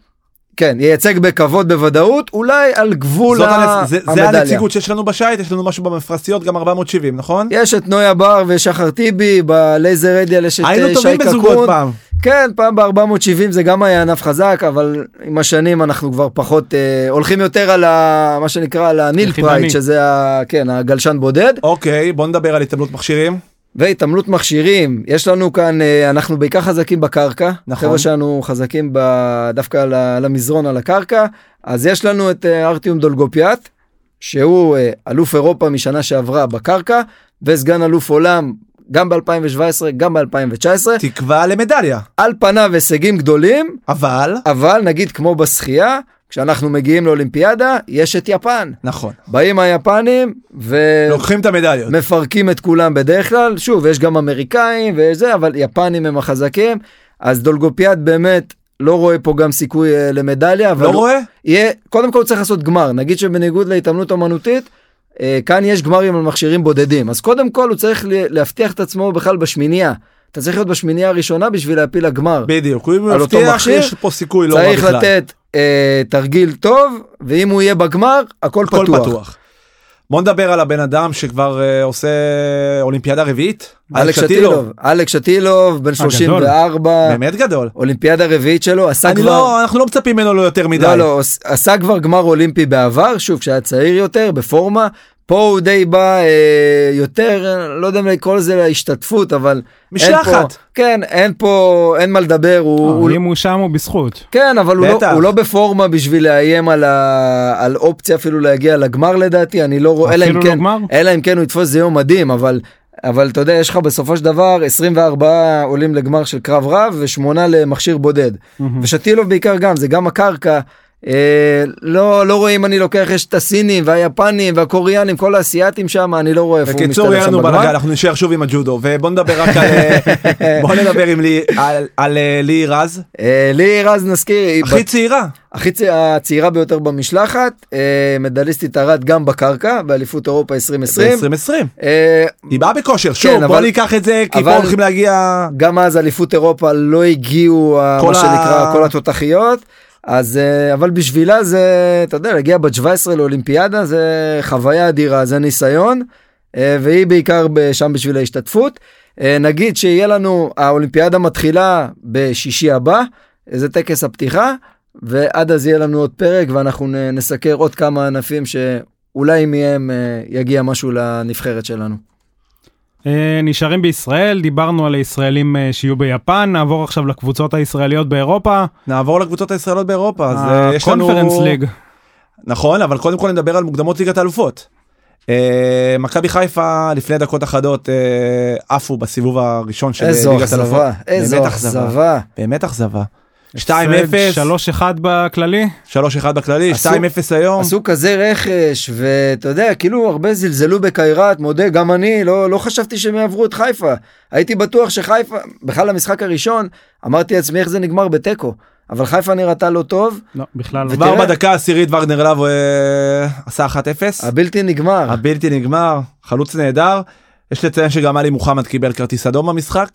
S2: כן, ייצג בכבוד בוודאות, אולי על גבול
S3: זאת
S2: ה-
S3: הנצ- זה- זה
S2: המדליה.
S3: הנציגות שיש לנו בשייט, יש לנו משהו במפרשיות, גם 470, נכון?
S2: יש את נויה בר ושחר טיבי, בלייזר רדיאל יש את אה, שי קקון.
S3: היינו טובים בזוגות פעם.
S2: כן, פעם ב-470 זה גם היה ענף חזק, אבל עם השנים אנחנו כבר פחות, אה, הולכים יותר על ה, מה שנקרא, על הניל
S1: יחידני.
S2: פרייד, שזה ה, כן, הגלשן בודד.
S3: אוקיי, בוא נדבר על התעמלות מכשירים.
S2: והתעמלות מכשירים, יש לנו כאן, אה, אנחנו בעיקר חזקים בקרקע.
S3: נכון.
S2: חבר'ה שלנו חזקים ב, דווקא על, ה- על המזרון, על הקרקע. אז יש לנו את אה, ארטיום דולגופיאט, שהוא אה, אלוף אירופה משנה שעברה בקרקע, וסגן אלוף עולם גם ב-2017, גם ב-2019.
S3: תקווה למדליה.
S2: על פניו הישגים גדולים,
S3: אבל...
S2: אבל נגיד כמו בשחייה, כשאנחנו מגיעים לאולימפיאדה, יש את יפן.
S3: נכון.
S2: באים היפנים ומפרקים
S3: לוקחים את המדליות.
S2: את כולם בדרך כלל. שוב, יש גם אמריקאים וזה, אבל יפנים הם החזקים. אז דולגופיאד באמת לא רואה פה גם סיכוי אה, למדליה. אבל
S3: לא
S2: הוא-
S3: רואה?
S2: יהיה, קודם כל הוא צריך לעשות גמר, נגיד שבניגוד להתעמלות אומנותית, אה, כאן יש גמרים על מכשירים בודדים, אז קודם כל הוא צריך ל- להבטיח את עצמו בכלל בשמינייה. אתה צריך להיות בשמינייה הראשונה בשביל להפיל לגמר.
S3: בדיוק. הוא
S2: על אותו
S3: מבטיח
S2: מכשיר,
S3: שיש פה סיכוי לא רע
S2: צריך
S3: בכלל.
S2: לתת אה, תרגיל טוב, ואם הוא יהיה בגמר, הכל
S3: הכל
S2: פתוח.
S3: פתוח. בוא נדבר על הבן אדם שכבר אה, עושה אולימפיאדה רביעית.
S2: אלכס שטילוב, אלכס שטילוב, בן 34,
S3: אה, באמת גדול.
S2: אולימפיאדה רביעית שלו, עשה
S3: אני
S2: כבר...
S3: לא, אנחנו לא מצפים ממנו לא יותר מדי.
S2: לא, לא, עוש- עשה כבר גמר אולימפי בעבר, שוב, כשהיה צעיר יותר, בפורמה. פה הוא די בא אה, יותר, אה, לא יודע אם לקרוא לזה להשתתפות, אבל... אין
S3: משלחת. אה,
S2: פה, כן, אין פה, אין מה לדבר, הוא... הוא
S1: אבל אה, אם הוא שם הוא בזכות.
S2: כן, אבל הוא
S3: בטח.
S2: לא, הוא לא בפורמה בשביל לאיים על, ה, על אופציה אפילו להגיע לגמר לדעתי, אני לא רואה, אלא אם
S1: אפילו
S2: כן,
S1: לגמר?
S2: אלא אם כן הוא יתפוס זה יום מדהים, אבל, אבל אתה יודע, יש לך בסופו של דבר 24 עולים לגמר של קרב רב ושמונה למכשיר בודד. ושטילוב בעיקר גם, זה גם הקרקע. אה, לא, לא רואה אם אני לוקח, יש את הסינים והיפנים והקוריאנים, כל האסייתים שם, אני לא רואה איפה הוא
S3: בקיצור,
S2: משתלב
S3: יהיה
S2: שם
S3: לנו בלאגן,
S2: בגמר.
S3: אנחנו נשאר שוב עם הג'ודו, ובוא נדבר רק על... אה, בוא נדבר עם לי, על- על אה, לי רז,
S2: אה, לי רז נזכיר, היא
S3: הכי צעירה.
S2: הכי צי... הצעירה ביותר במשלחת, אה, מדליסטית ארד גם בקרקע, באליפות אירופה 2020.
S3: ב-2020.
S2: אה,
S3: היא באה בכושר, שוב,
S2: כן,
S3: בוא
S2: אבל-
S3: ניקח את זה, כי פה
S2: אבל-
S3: הולכים להגיע...
S2: גם אז אליפות אירופה לא הגיעו, ה-
S3: כל
S2: מה
S3: ה-
S2: שנקרא, כל התותחיות. אז אה, אבל בשבילה זה, אתה יודע, להגיע בת 17 לאולימפיאדה זה חוויה אדירה, זה ניסיון, אה, והיא בעיקר ב- שם בשביל ההשתתפות. אה, נגיד שיהיה לנו, האולימפיאדה מתחילה בשישי הבא, אה, זה טקס הפתיחה, ועד אז יהיה לנו עוד פרק ואנחנו נ- נסקר עוד כמה ענפים שאולי מהם אה, יגיע משהו לנבחרת שלנו.
S1: אה, נשארים בישראל, דיברנו על הישראלים אה, שיהיו ביפן, נעבור עכשיו לקבוצות הישראליות באירופה.
S3: נעבור לקבוצות הישראליות באירופה, אז אה, יש לנו...
S1: הקונפרנס ליג.
S3: נכון, אבל קודם כל נדבר על מוקדמות ליגת האלופות. אה, מכבי חיפה לפני דקות אחדות אה, עפו בסיבוב הראשון של אה,
S2: איזו
S3: ליגת האלופות.
S2: אכזבה, איזו
S3: באמת אכזבה.
S2: אכזבה.
S3: באמת אכזבה. 2-0,
S1: 3-1 בכללי.
S3: 3-1 בכללי, 2-0
S2: עשו-
S3: היום.
S2: עשו כזה רכש, ואתה יודע, כאילו הרבה זלזלו בקיירת, מודה, גם אני, לא, לא חשבתי שהם יעברו את חיפה. הייתי בטוח שחיפה, בכלל המשחק הראשון, אמרתי לעצמי איך זה נגמר בתיקו. אבל חיפה נראתה לא טוב,
S1: לא, בכלל לא.
S2: ו-
S3: כבר
S2: תראה-
S3: בדקה העשירית ורנר לאו אה, עשה 1-0.
S2: הבלתי נגמר.
S3: הבלתי נגמר, חלוץ נהדר. יש לציין שגם עלי מוחמד קיבל כרטיס אדום במשחק.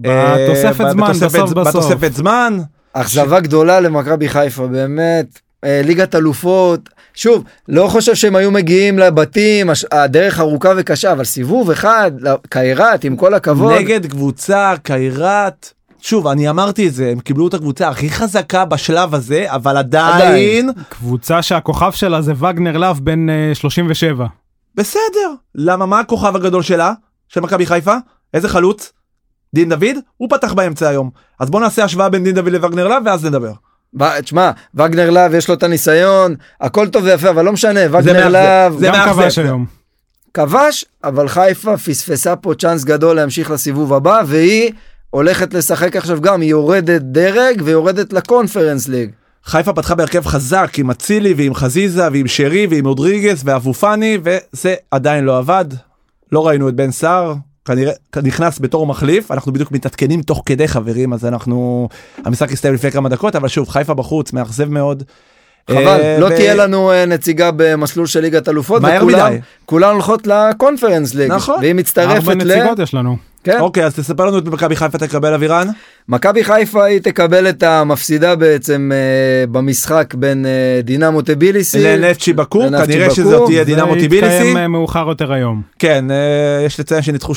S1: בתוספת
S3: אה,
S1: זמן,
S3: בתוספת-
S1: בסוף בסוף.
S3: בתוספת זמן.
S2: אכזבה גדולה למכבי חיפה, באמת. אה, ליגת אלופות, שוב, לא חושב שהם היו מגיעים לבתים, הש- הדרך ארוכה וקשה, אבל סיבוב אחד, קיירת, עם כל הכבוד.
S3: נגד קבוצה קיירת. שוב, אני אמרתי את זה, הם קיבלו את הקבוצה הכי חזקה בשלב הזה, אבל עדיין,
S2: עדיין.
S1: קבוצה שהכוכב שלה זה וגנר לאו בן אה, 37.
S3: בסדר. למה, מה הכוכב הגדול שלה, של מכבי חיפה? איזה חלוץ? דין דוד? הוא פתח באמצע היום. אז בוא נעשה השוואה בין דין דוד לווגנר לאו ואז נדבר.
S2: ו- תשמע, וגנר להב יש לו את הניסיון, הכל טוב ויפה, אבל לא משנה,
S3: מאכזב,
S2: וגנר להב
S3: זה
S1: גם
S3: מאכזב.
S1: כבש היום.
S2: כבש, אבל חיפה פספסה פה צ'אנס גדול להמשיך לסיבוב הבא, והיא הולכת לשחק עכשיו גם, היא יורדת דרג ויורדת לקונפרנס ליג.
S3: חיפה פתחה בהרכב חזק עם אצילי ועם חזיזה ועם שרי ועם רודריגז ואבו פאני וזה עדיין לא עבד. לא ראינו את בן סער כנראה נכנס בתור מחליף אנחנו בדיוק מתעדכנים תוך כדי חברים אז אנחנו המשחק הסתיים לפני כמה דקות אבל שוב חיפה בחוץ מאכזב מאוד.
S2: חבל,
S3: אה,
S2: לא
S3: ו-
S2: תהיה לנו אה, נציגה במסלול של ליגת אלופות,
S3: מהר
S2: וכולם
S3: מדי.
S2: כולן הולכות לקונפרנס ליג.
S3: נכון.
S2: והיא מצטרפת
S1: ארבע
S2: ל...
S1: נציגות יש לנו.
S2: כן.
S3: אוקיי אז תספר לנו את מכבי חיפה תקבל אבירן
S2: מכבי חיפה היא תקבל את המפסידה בעצם אה, במשחק בין אה, דינמו טביליסי.
S3: לנפצ'י בקור
S2: לנפצ'י
S3: כנראה
S2: בקור,
S3: שזאת תהיה
S2: זה
S3: דינמו
S1: זה
S3: טיביליסי.
S1: יתקיים אה, מאוחר יותר היום.
S3: כן, אה, יש לציין שניצחו 2-1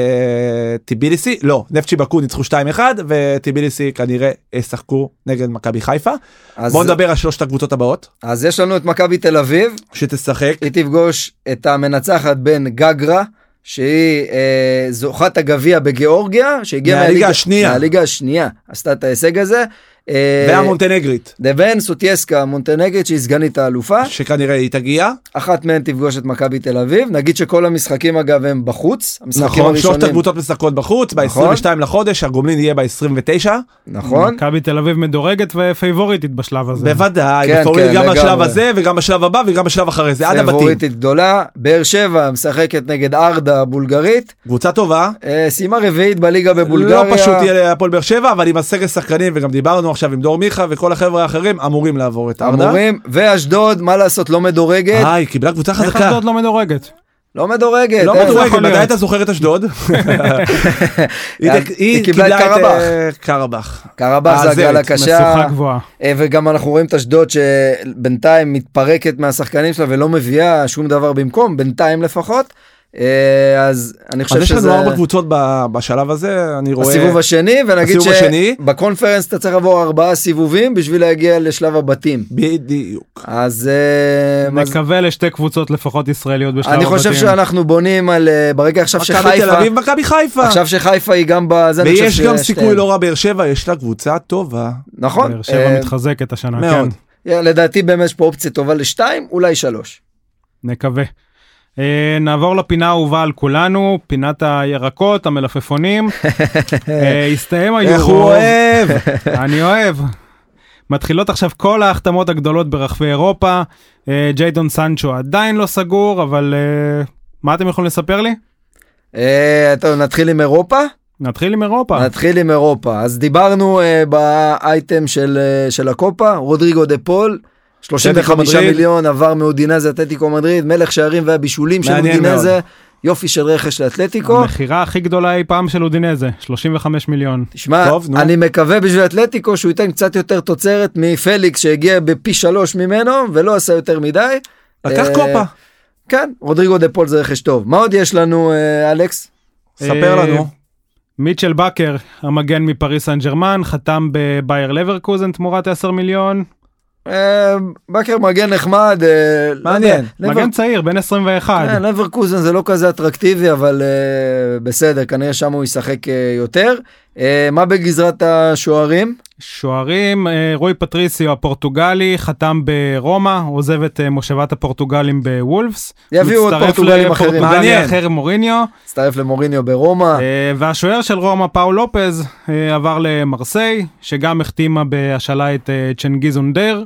S3: אה, טיביליסי, לא, נפצ'י בקו ניצחו 2-1 וטיביליסי כנראה ישחקו נגד מכבי חיפה.
S2: אז-
S3: בוא נדבר על שלושת הקבוצות הבאות
S2: אז יש לנו את מכבי תל אביב,
S3: שתשחק.
S2: היא תפגוש את המנצחת בין גגרה, שהיא אה, זוכת הגביע בגיאורגיה, שהגיעה
S3: מהליגה השנייה.
S2: מהליגה השנייה, עשתה את ההישג הזה, אה,
S3: והמונטנגרית,
S2: דבן, סוטייסקה, מונטנגרית שהיא סגנית האלופה.
S3: שכנראה היא תגיע.
S2: אחת מהן תפגוש את מכבי תל אביב. נגיד שכל המשחקים אגב הם בחוץ. המשחקים
S3: נכון, שלושת
S2: הראשונים.
S3: הקבוצות משחקות בחוץ,
S2: נכון.
S3: ב-22 לחודש, הגומלין יהיה ב-29.
S2: נכון.
S1: מכבי תל אביב מדורגת ופייבוריטית בשלב הזה.
S3: בוודאי,
S2: כן,
S3: בפורית
S2: כן,
S3: גם
S2: לגמרי.
S3: בשלב הזה, וגם בשלב הבא, וגם בשלב אחרי זה, עד הבתים.
S2: פייבוריטית גדולה. באר שבע משחקת נגד ארדה הבולגרית.
S3: קבוצה טובה.
S2: אה, סיימה רביעית בליגה
S3: לא
S2: בבולגריה.
S3: פשוט יהיה להפועל באר שבע, אבל עם הסגל שחקנים, וגם דיברנו עכשיו עם דור מיכה וכל החבר'ה האחרים, אמורים לעבור את ארדה.
S2: אמורים. ואשדוד, מה לעשות, לא מדורגת.
S3: אה, היא קיבלה קבוצה
S1: איך
S3: חזקה.
S1: אשדוד לא מדורגת?
S2: לא מדורגת.
S3: לא
S2: איך זה
S3: מדורגת,
S2: יכול
S3: מתי
S2: להיות?
S3: אתה זוכר את אשדוד? היא
S2: היא
S3: היא
S2: קיבלה את
S3: קיבלה את
S2: קרבח.
S3: אה, קרבח.
S2: קרבח זה הגל
S3: הזרת,
S2: הקשה.
S1: משוכה גבוהה.
S2: אה, וגם אנחנו רואים את אשדוד שבינתיים מתפרקת מהשחקנים שלה ולא מביאה שום דבר במקום, בינתיים לפחות. אה, אז אני
S3: אז
S2: חושב
S3: יש לנו
S2: שזה
S3: ארבע קבוצות ב- בשלב הזה, אני רואה...
S2: הסיבוב השני, ונגיד
S3: הסיבוב השני.
S2: שבקונפרנס אתה צריך לעבור ארבעה סיבובים בשביל להגיע לשלב הבתים.
S3: בדיוק.
S2: אז אה, אז
S1: נקווה לשתי קבוצות לפחות ישראליות בשלב
S2: אני
S1: הבתים.
S2: חושב שאנחנו בונים על אה, ברגע עכשיו
S3: מכבי תל
S2: שחיפה,
S3: אביב, מכבי חיפה.
S2: עכשיו שחיפה היא גם בזה, אני
S3: ויש
S2: חושב אה,
S3: גם
S2: ששתיהן-
S3: סיכוי לא רע באר שבע, יש לה קבוצה טובה.
S2: נכון,
S1: באר
S2: אה,
S1: שבע מתחזקת השנה, כן.
S3: מאוד.
S2: לדעתי באמת יש פה אופציה טובה לשתיים, אולי שלוש.
S1: נקווה. אה, נעבור לפינה האהובה על כולנו, פינת הירקות, המלפפונים. אה, הסתיים
S3: איך הוא
S1: היורו,
S3: אוהב.
S1: אני אוהב. מתחילות עכשיו כל ההחתמות הגדולות ברחבי אירופה. אה, ג'יידון סנצ'ו עדיין לא סגור, אבל אה, מה אתם יכולים לספר לי?
S2: אה, טוב, נתחיל עם אירופה?
S1: נתחיל עם אירופה.
S2: נתחיל עם אירופה. אז דיברנו אה, באייטם של, אה, של הקופה, רודריגו דה פול, 35
S3: מדריד.
S2: מיליון, עבר מאודינזה אתלטיקו מדריד, מלך שערים והבישולים של
S3: מעניין
S2: אודינזה, יופי של רכש לאתלטיקו.
S1: המכירה הכי גדולה אי פעם של אודינזה, 35 מיליון.
S2: תשמע,
S3: טוב, נו.
S2: אני מקווה בשביל אתלטיקו שהוא ייתן קצת יותר תוצרת מפליקס שהגיע בפי שלוש ממנו ולא עשה יותר מדי.
S3: לקח
S2: אה,
S3: קופה.
S2: כן, רודריגו דה פול זה רכש טוב. מה עוד יש לנו, אה, אלכס?
S3: ספר
S1: אה,
S3: לנו.
S1: מיטשל בקר, המגן מפריס סן ג'רמן, חתם בבייר לברקוזן תמורת 10 מיליון.
S2: אה, בקר מגן נחמד. אה, לא
S3: מעניין.
S2: יודע, לבר-
S1: מגן צעיר, בן 21.
S2: כן, לברקוזן זה לא כזה אטרקטיבי, אבל אה, בסדר, כנראה שם הוא ישחק אה, יותר. אה, מה בגזרת השוערים?
S1: שוערים, אה, רוי פטריסיו הפורטוגלי, חתם ברומא, עוזב את אה, מושבת הפורטוגלים בוולפס.
S2: יביאו עוד
S1: מצטרף
S2: פורטוגלים אחרים.
S1: לפורטוגלי
S3: מעניין.
S1: אחר מוריניו,
S2: הצטרף למוריניו ברומא.
S1: אה, והשוער של רומא, פאו לופז, אה, עבר למרסיי, שגם החתימה בהשאלה את אה, צ'נגיז אונדר,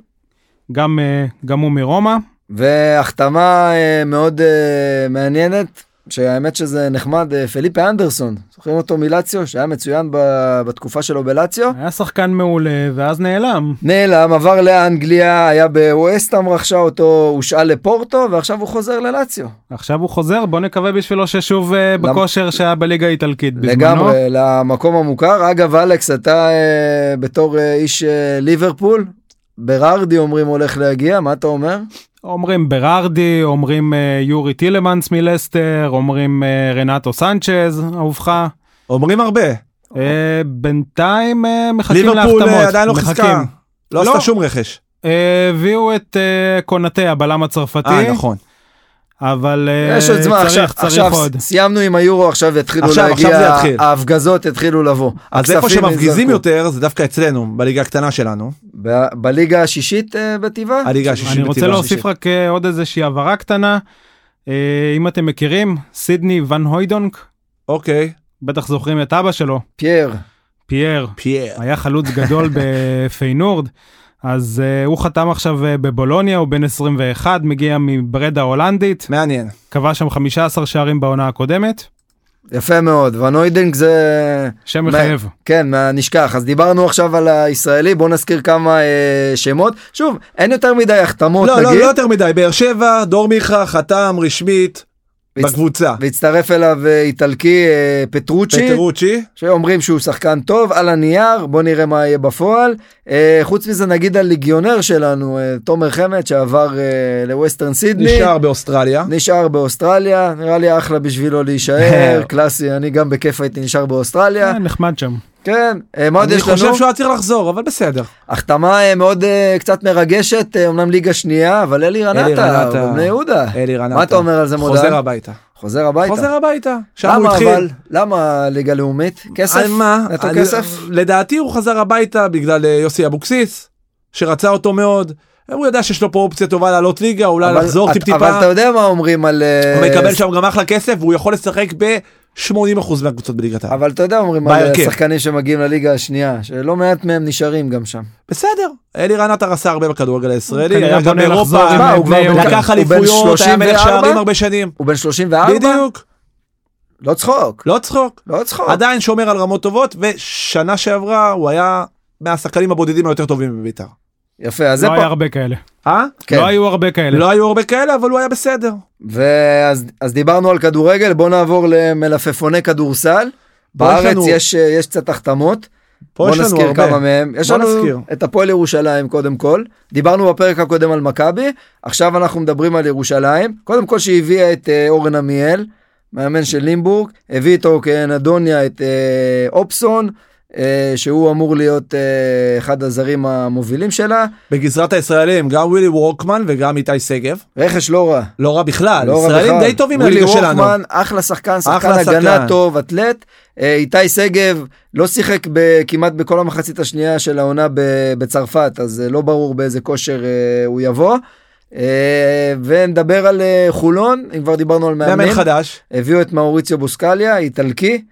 S1: גם אה, גם הוא מרומא.
S2: והחתמה אה, מאוד אה, מעניינת, שהאמת שזה נחמד, אה, פליפה אנדרסון. זוכרים אותו מלציו, שהיה מצוין ב- בתקופה שלו בלציו?
S1: היה שחקן מעולה, ואז נעלם.
S2: נעלם, עבר לאנגליה, היה בווסטאם, רכשה אותו, הושאל לפורטו, ועכשיו הוא חוזר ללציו.
S1: עכשיו הוא חוזר, בוא נקווה בשבילו ששוב אה, בכושר שהיה בליגה האיטלקית בזמנו.
S2: לגמרי, למקום המוכר. אגב, אלכס, אתה אה, בתור אה, איש אה, ליברפול, ברארדי אומרים הולך להגיע, מה אתה אומר?
S1: אומרים ברארדי, אומרים אה, יורי טילמנס מלסטר, אומרים אה, רנטו סנצ'ז, אהובך.
S3: אומרים הרבה.
S1: אה, בינתיים אה, מחכים להחתמות.
S3: ליברפול אה, עדיין לא חיזקה.
S1: מחכים.
S3: לא
S1: לא.
S3: עשתה שום רכש.
S1: אה, הביאו את אה, קונטה, הבלם הצרפתי,
S3: אה, נכון.
S1: אבל אה,
S2: יש עוד זמן, עכשיו,
S1: צריך,
S2: עכשיו
S1: צריך עוד.
S2: סיימנו עם היורו, עכשיו יתחילו
S3: עכשיו,
S2: להגיע,
S3: עכשיו זה יתחיל.
S2: ההפגזות יתחילו לבוא.
S3: אז איפה
S2: הכספים
S3: שמפגיזים
S2: יזרקו.
S3: יותר, זה דווקא אצלנו, בליגה הקטנה שלנו.
S2: ב- בליגה השישית אה, בטבעה?
S3: הליגה השישית.
S1: אני רוצה
S3: בטבעה.
S1: להוסיף רק אה, עוד איזושהי הבהרה קטנה. אה, אם אתם מכירים, סידני ון הוידונק,
S3: אוקיי.
S1: בטח זוכרים את אבא שלו,
S2: פייר.
S1: פייר.
S3: פייר.
S1: היה חלוץ גדול בפיינורד, אז uh, הוא חתם עכשיו uh, בבולוניה, הוא בן 21, מגיע מברדה הולנדית,
S3: מעניין.
S1: כבש שם 15 שערים בעונה הקודמת,
S2: יפה מאוד, ונוידינג זה...
S1: שם מחייב.
S2: כן, מה- נשכח. אז דיברנו עכשיו על הישראלי, בואו נזכיר כמה אה, שמות. שוב, אין יותר מדי החתמות,
S3: לא, לא,
S2: נגיד.
S3: לא יותר מדי. באר שבע, דור מיכה, חתם רשמית
S2: והצ-
S3: בקבוצה.
S2: והצטרף אליו אה, איטלקי אה, פטרוצ'י,
S3: פטרוצ'י.
S2: שאומרים שהוא שחקן טוב על הנייר, בוא נראה מה יהיה בפועל. אה, חוץ מזה נגיד הליגיונר שלנו, אה, תומר חמד, שעבר אה, לווסטרן סידני,
S3: נשאר באוסטרליה.
S2: נשאר באוסטרליה, נראה לי אחלה בשבילו להישאר, קלאסי, אני גם בכיף הייתי נשאר באוסטרליה.
S1: אה, נחמד שם.
S2: כן, אה, מה עוד
S3: אני
S2: יש
S3: חושב
S2: לנו?
S3: שהוא היה צריך לחזור, אבל בסדר.
S2: החתמה אה, מאוד אה, קצת מרגשת, אה, אמנם ליגה שנייה, אבל אלי רנטה,
S3: רנטה.
S2: בבני יהודה.
S3: אלי רנטה.
S2: אה. מה אתה אומר על זה מודעה?
S3: חוזר הביתה.
S2: חוזר הביתה.
S3: חוזר הביתה. שם הוא
S2: למה
S3: התחיל.
S2: אבל? למה ליגה לאומית? כסף?
S3: על מה?
S2: נטו
S3: על-
S2: כסף?
S3: לדעתי הוא חזר הביתה בגלל אה, יוסי אבוקסיס, שרצה אותו מאוד. הוא ידע שיש לו פה אופציה טובה לעלות ליגה, אולי
S2: אבל-
S3: לחזור
S2: את-
S3: טיפ טיפה.
S2: אבל אתה יודע מה אומרים על... אה,
S3: הוא מקבל שם גם אחלה כסף, והוא יכול לשחק ב-80% מהקבוצות בליגת העל.
S2: אבל אתה יודע מה אומרים על
S3: בהרכב.
S2: שחקנים שמגיעים לליגה השנייה, שלא מעט מהם נשארים גם שם.
S3: בסדר, אלירן עטר עשה הרבה בכדורגל הישראלי,
S1: כנראה
S3: היה גם
S1: בונה לחזור
S3: באירופה,
S1: עם,
S2: מה,
S1: אה,
S2: הוא
S1: בני
S2: כבר
S1: יהודה.
S2: בן-
S3: לקח
S2: הוא בן
S3: אליפויות, היה מלך
S2: 34?
S3: שערים הרבה שנים.
S2: הוא בן 34?
S3: בדיוק,
S2: לא צחוק.
S3: לא צחוק.
S2: לא צחוק.
S3: עדיין שומר על רמות טובות, ושנה שעברה הוא היה מהשחקנים הבודדים היותר טובים בביתר.
S2: יפה, אז זה
S1: לא היה
S2: פה.
S1: הרבה כאלה.
S3: אה?
S2: כן.
S1: לא היו הרבה כאלה.
S3: לא היו הרבה כאלה, אבל הוא היה בסדר.
S2: ואז אז דיברנו על כדורגל, בוא נעבור למלפפוני כדורסל.
S3: פה יש
S2: בארץ
S3: לנו-
S2: יש אה, יש קצת החתמות.
S3: פה
S2: בוא
S3: יש לנו
S2: נזכיר
S3: הרבה.
S2: כמה מהם. יש
S3: בוא
S2: לנו
S3: נזכיר.
S2: את הפועל ירושלים קודם כל. דיברנו בפרק הקודם על מכבי, עכשיו אנחנו מדברים על ירושלים. קודם כל שהביאה את אה, אורן עמיאל, מאמן של לימבורג, הביא איתו כנדוניה את אה, אופסון, אה, שהוא אמור להיות אה, אחד הזרים המובילים שלה.
S3: בגזרת הישראלים, גם ווילי וורקמן וגם איתי שגב.
S2: רכש לא רע.
S3: לא רע בכלל,
S2: לא רע
S3: ישראלים
S2: בכלל.
S3: די טובים
S2: ווילי
S3: לליגה שלנו.
S2: הופמן, אחלה שחקן, שחקן
S3: אחלה
S2: הגנה
S3: שחקן.
S2: טוב, אתלט. אה, איתי שגב לא שיחק ב- כמעט בכל המחצית השנייה של העונה ב- בצרפת, אז אה, לא ברור באיזה כושר אה, הוא יבוא. אה, ונדבר על אה, חולון, אם כבר דיברנו על מאמנים.
S3: מאמן חדש,
S2: הביאו את מאוריציו בוסקליה, איטלקי,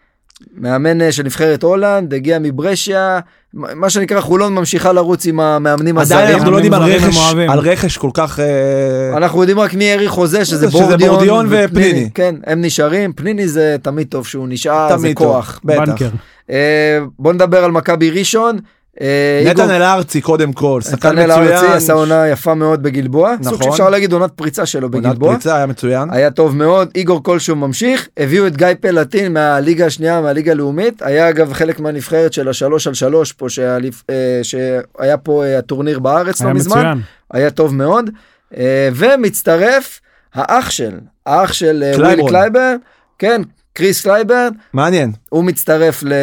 S2: מאמן אה, של נבחרת הולנד, הגיע מברשיה, מ- מה שנקרא חולון ממשיכה לרוץ עם המאמנים
S3: עדיין
S2: הזרים.
S3: אנחנו לא יודעים על
S1: מאמנים
S3: רכש-
S1: אוהבים.
S3: על רכש כל כך... אה,
S2: אנחנו יודעים רק מי הארי חוזה שזה
S3: שזה
S2: בורדיון,
S3: בורדיון ופניני.
S2: כן הם נשארים פניני זה תמיד טוב שהוא נשאר זה
S3: תמיד טוב,
S2: כוח.
S3: בטח.
S1: בנקר.
S2: אה, בוא נדבר על מכבי ראשון. אה,
S3: נתן
S2: איגור-
S3: אל ארצי קודם כל, שחקן
S2: נתנאל ארצי עשה
S3: מצוין.
S2: עונה יפה מאוד בגלבוע. סוג
S3: נכון.
S2: שאפשר להגיד עונת פריצה שלו
S3: עונת
S2: בגלבוע.
S3: פריצה היה מצוין.
S2: היה טוב מאוד איגור כלשהו ממשיך הביאו את גיא פלטין מהליגה השנייה מהליגה הלאומית היה אגב חלק מהנבחרת של השלוש על שלוש פה שהליפ, אה, שהיה פה אה, הטורניר בארץ לא
S1: היה
S2: מזמן.
S1: מצוין.
S2: היה טוב מאוד. אה, ומצטרף האח של, האח של אה,
S3: קלייברון.
S2: וויל קלייברן, כן, קריס קלייברן,
S3: מעניין.
S2: הוא מצטרף ל-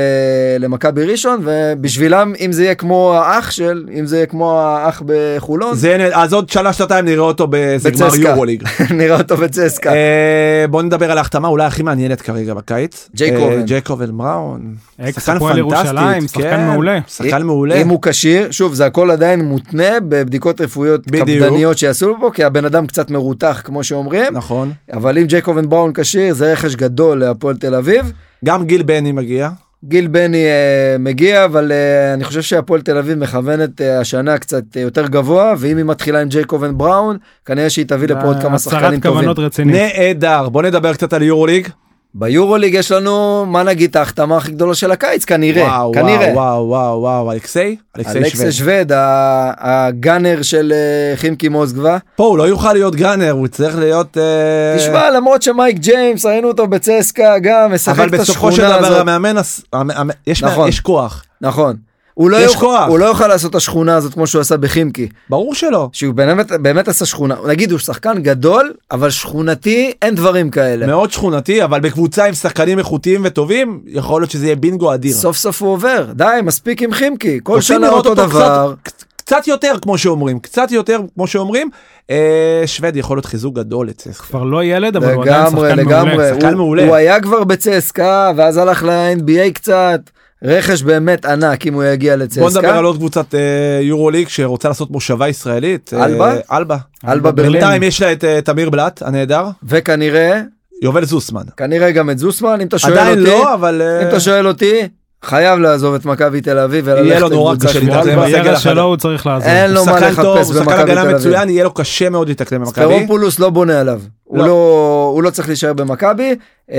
S2: למכבי ראשון, ובשבילם אם זה יהיה כמו האח של, אם זה יהיה כמו האח בחולון,
S3: זה נ- אז עוד שנה שנתיים נראה אותו באיזה גמר
S2: בצסקה.
S3: יורוליג.
S2: נראה אותו בצסקה.
S3: אה, בוא נדבר על ההחתמה אולי הכי מעניינת כרגע בקיץ.
S2: ג'ייקובן.
S3: אה, ג'ייקובן בראון.
S1: אקס
S3: שחקן
S1: הפועל
S3: פנטסטי,
S1: ירושלים, שחקן
S3: כן,
S1: מעולה.
S3: שחקן מעולה.
S2: אם הוא כשיר, שוב, זה הכל עדיין מותנה בבדיקות רפואיות
S3: בדיוק.
S2: קפדניות שיעשו לו פה, כי הבן אדם קצת מרותח, כמו שאומרים,
S3: נכון.
S2: אבל אם ג'ייקובן בראון כשיר, זה רכש גדול להפועל תל אביב.
S3: גם גיל בני מגיע.
S2: גיל בני אה, מגיע, אבל אה, אני חושב שהפועל תל אביב מכוונת אה, השנה קצת אה, יותר גבוה, ואם היא מתחילה עם ג'ייקובן בראון, כנראה שהיא תביא לפה עוד כמה שחקנים
S1: אה, הצהרת
S2: טובים.
S1: כוונות רצינית.
S3: נהדר. בוא נדבר קצת על יורוליג.
S2: ביורוליג יש לנו, מה נגיד, את ההחתמה הכי גדולה של הקיץ, כנראה,
S3: וואו,
S2: כנראה.
S3: וואו, וואו, וואו, וואו, אלכסיי? אלכסיי
S2: אלכסה
S3: שווד.
S2: שווד, ה- הגאנר של אה, חימקי מוזגבה.
S3: פה הוא לא יוכל להיות גאנר, הוא צריך להיות... אה,
S2: תשמע, למרות שמייק ג'יימס, ראינו אותו בצסקה, גם משחק
S3: אבל
S2: את השכונה
S3: בסופו
S2: הזאת.
S3: של דבר המאמן, הס- המ- המ- יש מה-
S2: נכון.
S3: יש כוח.
S2: נכון. הוא לא,
S3: יש
S2: יוכל,
S3: כוח.
S2: הוא לא יוכל לעשות את השכונה הזאת כמו שהוא עשה בחימקי.
S3: ברור שלא.
S2: שהוא באמת, באמת עשה שכונה, נגיד הוא שחקן גדול, אבל שכונתי אין דברים כאלה.
S3: מאוד שכונתי, אבל בקבוצה עם שחקנים איכותיים וטובים, יכול להיות שזה יהיה בינגו אדיר.
S2: סוף סוף הוא עובר, די, מספיק עם חימקי, כל
S3: רוצים
S2: שנה
S3: לראות
S2: אותו
S3: אותו
S2: דבר.
S3: קצת, קצת יותר, כמו שאומרים. קצת יותר, כמו שאומרים. אה, שווד יכול להיות חיזוק גדול אצלך.
S1: כבר לא ילד, אבל הוא עדיין
S2: לגמרי,
S1: שחקן מעולה.
S2: לגמרי.
S3: שחקן
S2: הוא-
S3: מעולה.
S2: הוא היה כבר בצסקה, ואז הלך ל-NBA קצת, רכש באמת ענק אם הוא יגיע
S3: בוא נדבר
S2: לצסקה.
S3: על עוד קבוצת אה, יורוליג שרוצה לעשות מושבה ישראלית. אה,
S2: אלבה?
S3: אלבה.
S2: אלבה ברלין,
S3: בינתיים יש לה את אה, תמיר בלאט, הנהדר.
S2: וכנראה,
S3: יובל זוסמן.
S2: כנראה גם את זוסמן, אם אתה שואל
S3: עדיין
S2: אותי,
S3: לא, אבל... אה,
S2: אם אתה שואל אותי, חייב לעזוב את מכבי תל אביב
S3: יהיה
S2: וללכת
S3: לו נורא
S2: לקבוצה
S3: קשה
S2: כמו
S3: להתאזן
S2: אלבה.
S3: בסגל
S1: בילד
S3: החדש.
S1: שלו הוא צריך לעזור.
S2: אין לו
S3: הוא
S2: מה
S3: שחקן טוב,
S2: לחפש
S3: הוא שחקן
S2: במכבי
S3: הגנה
S2: תל אביב.
S3: מצוין, יהיה לו קשה מאוד להתאקלם במכבי.
S2: ספרופולוס לא בונה עליו, הוא
S3: לא.
S2: לא- הוא לא צריך להישאר במכבי. אה,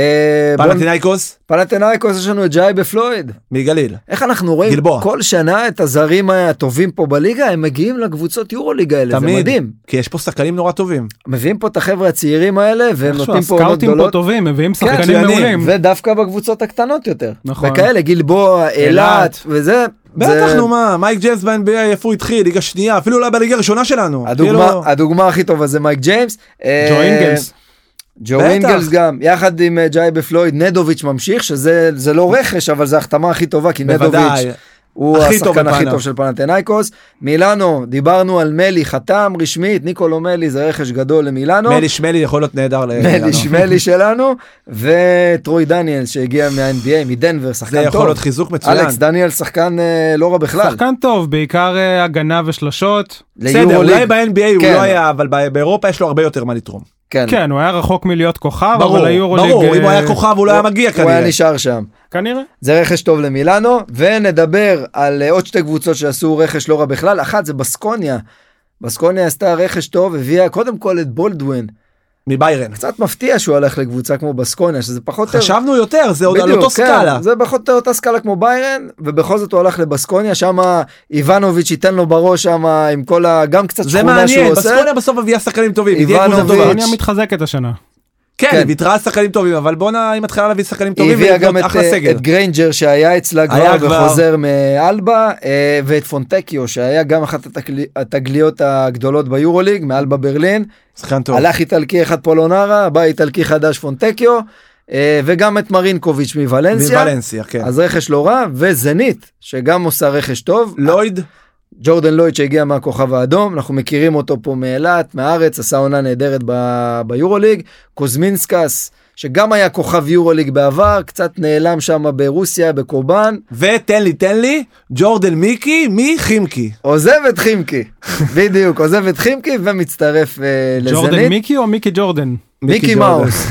S2: בוא-
S3: פנטינאיקוס
S2: פנתנאיקוס יש לנו את ג'אי בפלויד.
S3: מגליל.
S2: איך אנחנו רואים
S3: גלבוע.
S2: כל שנה את הזרים הטובים פה בליגה, הם מגיעים לקבוצות יורוליג האלה, זה
S3: תמיד.
S2: מדהים.
S3: כי יש פה שחקנים נורא טובים.
S2: מביאים פה את החבר'ה הצעירים האלה, והם
S1: איכשהו
S2: נותנים פה עונות
S1: הסקאוטים פה
S2: גדולות. כן,
S1: טובים, מביאים שחקנים
S3: מצוינים.
S1: מעולים.
S2: ודווקא בקבוצות הקטנות יותר.
S1: נכון.
S2: וכאלה, גלבוע, אילת,
S1: אילת.
S2: וזה.
S3: בטח
S2: זה-
S3: נו מה, מייק ג'יימס ב-NBA איפה הוא התחיל, ליגה שנייה, אפילו לא היה בליגה הראשונה שלנו.
S2: הדוגמה, אה,
S3: כאילו,
S2: הדוגמה הכי טובה זה מייק ג'יימס. אה,
S1: ג'ו אינגלס.
S2: ג'ו
S3: בטח.
S2: אינגלס גם, יחד עם אה, ג'אי בפלויד, נדוביץ' ממשיך, שזה זה לא רכש, אבל זה ההחתמה הכי טובה, כי נדוביץ'
S3: בוודאי.
S2: הוא
S3: הכי טוב
S2: השחקן הכי
S3: בפנתיאון.
S2: טוב של פנתנאיקוס. מילאנו, דיברנו על מלי חתם רשמית, ניקולו מלי זה רכש גדול למילאנו.
S3: לא. מלי שמלי יכול להיות נהדר
S2: מלי
S3: למילאנו.
S2: שמלי שלנו, וטרוי דניאל שהגיע מה-NBA, מדנבר,
S3: זה
S2: שחקן
S3: יכול
S2: טוב.
S3: להיות חיזוק מצוין.
S2: אלכס דניאל שחקן אה, לא רע בכלל.
S1: שחקן טוב, בעיקר אה, הגנה ושלשות.
S3: בסדר,
S2: ליורוליג.
S3: אולי ב-NBA הוא
S2: כן.
S3: לא היה, אבל ב- באירופה יש לו הרבה יותר מה לתרום.
S2: כן,
S1: כן, הוא היה רחוק מלהיות כוכב,
S3: ברור,
S1: אבל היורוליג...
S3: ברור, אם הוא
S1: אה,
S3: היה כוכב הוא לא היה מגיע
S2: הוא
S3: כנראה.
S2: היה נשאר שם.
S1: כנראה.
S2: זה רכש טוב למילאנו, ונדבר על אה, עוד שתי קבוצות שעשו רכש לא רע בכלל, אחת זה בסקוניה. בסקוניה עשתה רכש טוב, הביאה קודם כל את בולדווין.
S3: מביירן.
S2: קצת מפתיע שהוא הלך לקבוצה כמו בסקוניה, שזה פחות... או יותר-
S3: חשבנו יותר, זה עוד על
S2: בדיוק,
S3: אותו
S2: כן,
S3: סקאלה.
S2: זה פחות או יותר אותה סקאלה כמו ביירן, ובכל זאת הוא הלך לבסקוניה, שם איוונוביץ' ייתן לו בראש שם עם כל ה... גם קצת
S3: זה
S2: שכונה שהוא
S3: מעניין,
S2: עושה.
S3: בסקוניה בסוף מביאה שחקנים טובים, היא תהיה קבוצה
S2: איבנוביץ'.
S3: טובה.
S1: קניה אה, מתחזקת השנה.
S3: כן,
S2: כן.
S3: היא ויתרה שחקנים טובים, אבל בואנה, היא מתחילה להביא שחקנים
S2: היא
S3: טובים
S2: הביאה גם את,
S3: ולבנות אחלה
S2: אה,
S3: סגל.
S2: את גריינג'ר שהיה אצלה כבר
S3: היה כבר.
S2: וחוזר מאלבה, אה, ואת פונטקיו שהיה גם אחת התגלי- התגליות הגדולות ביורוליג, מאלבה ברלין.
S3: שחקן טוב.
S2: הלך איטלקי אחד פולונרה, בא איטלקי חדש פונטקיו, אה, וגם את מרינקוביץ' מוולנסיה.
S3: מוולנסיה, כן.
S2: אז רכש לא רע, וזנית, שגם עושה רכש טוב.
S3: לויד,
S2: ג'ורדן לויד שהגיע מהכוכב האדום, אנחנו מכירים אותו פה מאילת, מהארץ, עשה עונה נהדרת ב- ביורוליג, קוזמינסקס, שגם היה כוכב יורוליג בעבר, קצת נעלם שם ברוסיה, בקובאן,
S3: ותן לי, תן לי, ג'ורדן מיקי מחימקי.
S2: עוזב את חימקי, בדיוק, עוזב את חימקי ומצטרף uh, לזנית.
S1: ג'ורדן מיקי או מיקי ג'ורדן?
S2: מיקי
S3: ג'ורדן.
S2: מאוס.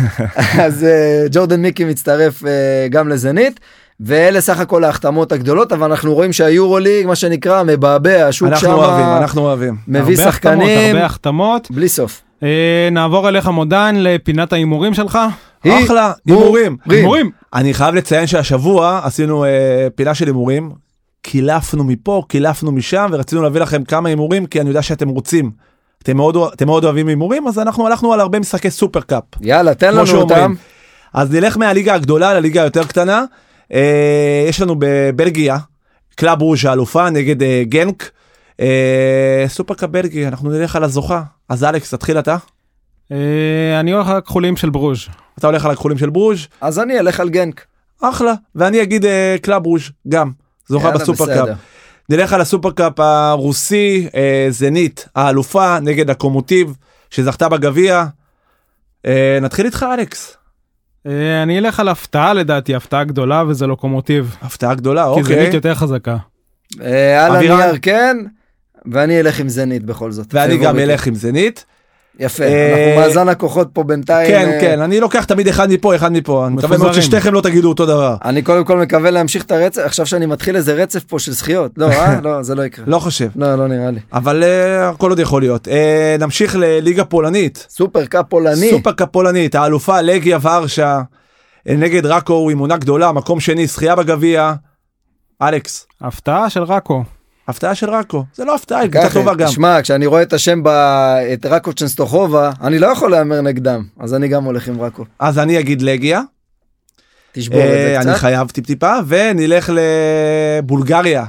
S2: אז אה, ג'ורדן מיקי מצטרף אה, גם לזנית. ואלה סך הכל ההחתמות הגדולות, אבל אנחנו רואים שהיורוליג, מה שנקרא, מבעבע, השוק
S3: אנחנו אוהבים,
S2: שם
S3: אנחנו אוהבים.
S2: מביא
S1: הרבה החתמות,
S2: שחקנים,
S1: הרבה החתמות.
S2: בלי סוף.
S1: אה, נעבור אליך מודן לפינת ההימורים שלך.
S3: אחלה, הימורים.
S1: הימורים.
S3: אני חייב לציין שהשבוע עשינו אה, פינה של הימורים, קילפנו מפה, קילפנו משם, ורצינו להביא לכם כמה הימורים, כי אני יודע שאתם רוצים. אתם מאוד, אוה- אתם מאוד אוהבים הימורים, אז אנחנו הלכנו על הרבה משחקי סופרקאפ.
S2: יאללה, תן
S3: כמו
S2: לנו אותם.
S3: שאומרים. אז נלך מהליגה הגדולה לליגה היותר קטנה. אה, יש לנו בבלגיה, קלאב רוז' האלופה נגד אה, גנק. אה, סופרקאפ בלגי, אנחנו נלך על הזוכה. אז אלכס, תתחיל אתה.
S1: אה, אני הולך על הכחולים של ברוז'.
S3: אתה הולך על הכחולים של ברוז',
S2: אז אני אלך על גנק.
S3: אחלה. ואני אגיד אה, קלאב רוז' גם, זוכה
S2: יאללה,
S3: בסופרקאפ.
S2: בסדר.
S3: נלך על הסופרקאפ הרוסי, אה, זנית, האלופה נגד הקומוטיב, שזכתה בגביע. אה, נתחיל איתך אלכס.
S1: אה, אני אלך על הפתעה לדעתי, הפתעה גדולה וזה לוקומוטיב.
S3: הפתעה גדולה,
S1: כי זנית
S3: אוקיי.
S1: יותר חזקה.
S2: אה, על
S3: אבירן?
S2: הנייר כן, ואני אלך עם זנית בכל זאת.
S3: ואני גם
S2: פייבוריטי.
S3: אלך עם זנית.
S2: יפה,
S3: אה,
S2: אנחנו מאזן הכוחות פה בינתיים.
S3: כן
S2: אה,
S3: כן אני לוקח תמיד אחד מפה אחד מפה אני מקווה מאוד
S1: מפוזרים.
S3: ששתיכם לא תגידו אותו דבר
S2: אני קודם כל מקווה להמשיך את הרצף, עכשיו שאני מתחיל איזה רצף פה של זכיות. לא, אה? לא, זה לא יקרה.
S3: לא חושב
S2: לא, לא נראה לי.
S3: אבל אה, הכל עוד יכול להיות אה, נמשיך לליגה פולנית
S2: סופר קאפ פולני.
S3: סופרקה פולנית האלופה לגיה ורשה אה, נגד ראקו עם עונה גדולה מקום שני זכייה בגביע. אלכס
S1: הפתעה של ראקו.
S3: הפתעה של ראקו זה לא הפתעה היא
S2: ככה,
S3: קבוצה טובה גם
S2: אה, תשמע, כשאני רואה את השם, ב... את ראקו צ'נסטוחובה, אני לא יכול להמר נגדם, אז אני גם הולך עם ראקו.
S3: אז אני אגיד לגיה
S2: תשבור את
S3: אה,
S2: זה
S3: אני
S2: קצת.
S3: חייב טיפ טיפה ונלך לבולגריה.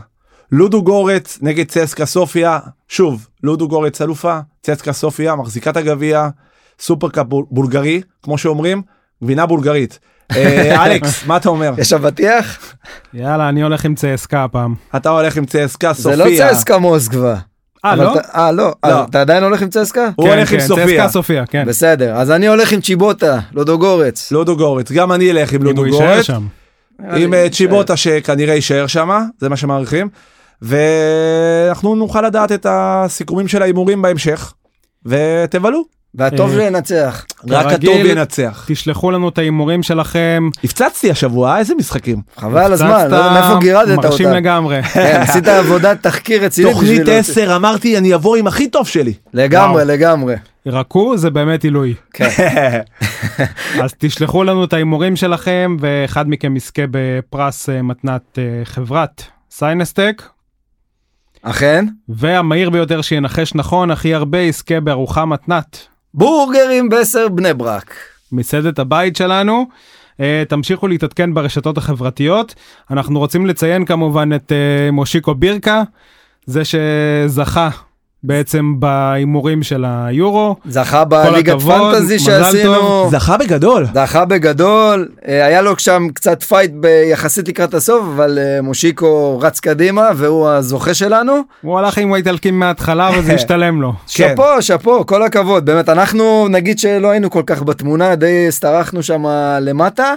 S3: לודו גורץ נגד צסקה סופיה שוב לודו גורץ אלופה צסקה סופיה מחזיקה את הגביע סופרקאפ בול- בולגרי כמו שאומרים גבינה בולגרית. אה, אלכס מה אתה אומר
S2: יש אבטיח?
S1: יאללה, אני הולך עם צסקה הפעם.
S3: אתה הולך עם צסקה
S2: זה לא
S3: סופיה
S2: צסקה מוסקבה.
S1: אה,
S2: אבל
S1: לא?
S2: אתה- אה, לא.
S3: לא.
S2: אתה עדיין הולך עם צסקה?
S3: הוא
S1: כן,
S3: הולך עם
S1: כן,
S3: סופיה
S1: צסקה סופיה, כן. לא,
S2: בסדר, אז אני הולך עם צ'יבוטה, לודוגורץ.
S3: לודו גורץ גם אני אלך עם
S1: אם הוא
S3: לודו
S1: יישאר
S3: גורץ
S1: שם.
S3: עם אה, צ'יבוטה שכנראה יישאר שם זה מה שמעריכים ואנחנו נוכל לדעת את הסיכומים של ההימורים בהמשך ותבלו.
S2: והטוב
S1: אה,
S2: שינצח.
S3: רק
S1: כרגיל-
S3: הטוב ינצח.
S1: תשלחו לנו את ההימורים שלכם.
S3: הפצצתי השבוע אה, איזה משחקים.
S2: חבל הזמן,
S1: הפצצת,
S2: לא יודע מאיפה גירדת
S1: מרשים
S2: אותה.
S1: לגמרי.
S2: כן, עשית עבודת תחקיר רצינית בשביל...
S3: תוכנית 10 אמרתי אני אבוא עם הכי טוב שלי.
S2: לגמרי,
S1: וואו. כן.
S2: לגמרי.
S1: רקו זה באמת עילוי. אז תשלחו לנו את ההימורים שלכם, ואחד מכם יזכה בפרס אה, מתנת אה, חברת סיינסטק,
S2: אכן?
S1: והמהיר ביותר שינחש נכון הכי הרבה יזכה בארוחה מתנת
S2: בורגרים בסר בני ברק.
S1: מסעדת הבית שלנו. אה, תמשיכו להתעדכן ברשתות החברתיות. אנחנו רוצים לציין כמובן את אה, מושיקו בירקה, זה שזכה בעצם בהימורים של היורו.
S2: זכה בליגת
S1: הכבוד,
S2: פנטזי
S1: מזל
S2: שעשינו,
S1: טוב.
S3: זכה בגדול.
S2: זכה בגדול, אה, היה לו שם קצת פייט ב- יחסית לקראת הסוף, אבל אה, מושיקו רץ קדימה והוא הזוכה שלנו.
S1: הוא הלך עם האיטלקים מההתחלה וזה השתלם לו.
S3: כן.
S2: שאפו, שאפו, כל הכבוד. באמת, אנחנו נגיד שלא היינו כל כך בתמונה, די הסתרחנו שם למטה,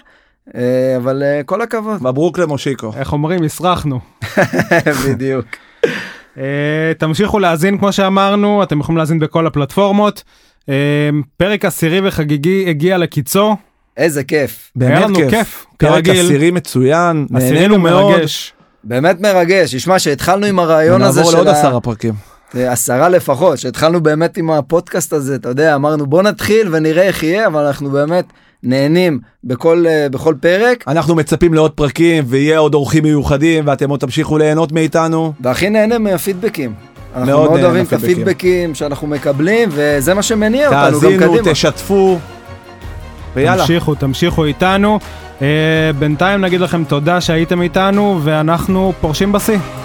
S2: אה, אבל אה, כל הכבוד.
S3: מברוק למושיקו.
S1: איך אומרים? הסרחנו.
S2: בדיוק.
S1: אה, תמשיכו להאזין כמו שאמרנו אתם יכולים להאזין בכל הפלטפורמות. אה, פרק עשירי וחגיגי הגיע לקיצו.
S2: איזה כיף.
S1: היה
S3: באמת
S1: לנו
S3: כיף.
S1: כיף,
S3: פרק
S1: כרגיל.
S3: עשירי מצוין,
S1: עשירי
S3: נהנינו
S1: גם
S3: מאוד.
S1: מרגש.
S2: באמת מרגש. תשמע, שהתחלנו עם הרעיון הזה
S3: נעבור
S2: של
S3: לעוד
S2: ה-
S3: עשרה פרקים.
S2: אה, עשרה לפחות, שהתחלנו באמת עם הפודקאסט הזה, אתה יודע, אמרנו בוא נתחיל ונראה איך יהיה, אבל אנחנו באמת נהנים בכל, אה, בכל פרק.
S3: אנחנו מצפים לעוד פרקים ויהיה עוד אורחים מיוחדים ואתם עוד תמשיכו ליהנות מאיתנו.
S2: והכי נהנה מהפידבקים. אנחנו
S3: מאוד
S2: מאוד,
S3: נהנה
S2: אוהבים את
S3: מהפידבקים.
S2: הפידבקים שאנחנו מקבלים, וזה מה שמניע אותנו גם
S3: תאזינו,
S2: קדימה.
S3: תשתפו. ויאללה.
S1: תמשיכו תמשיכו איתנו. אה, בינתיים נגיד לכם תודה שהייתם איתנו ואנחנו פורשים בשיא.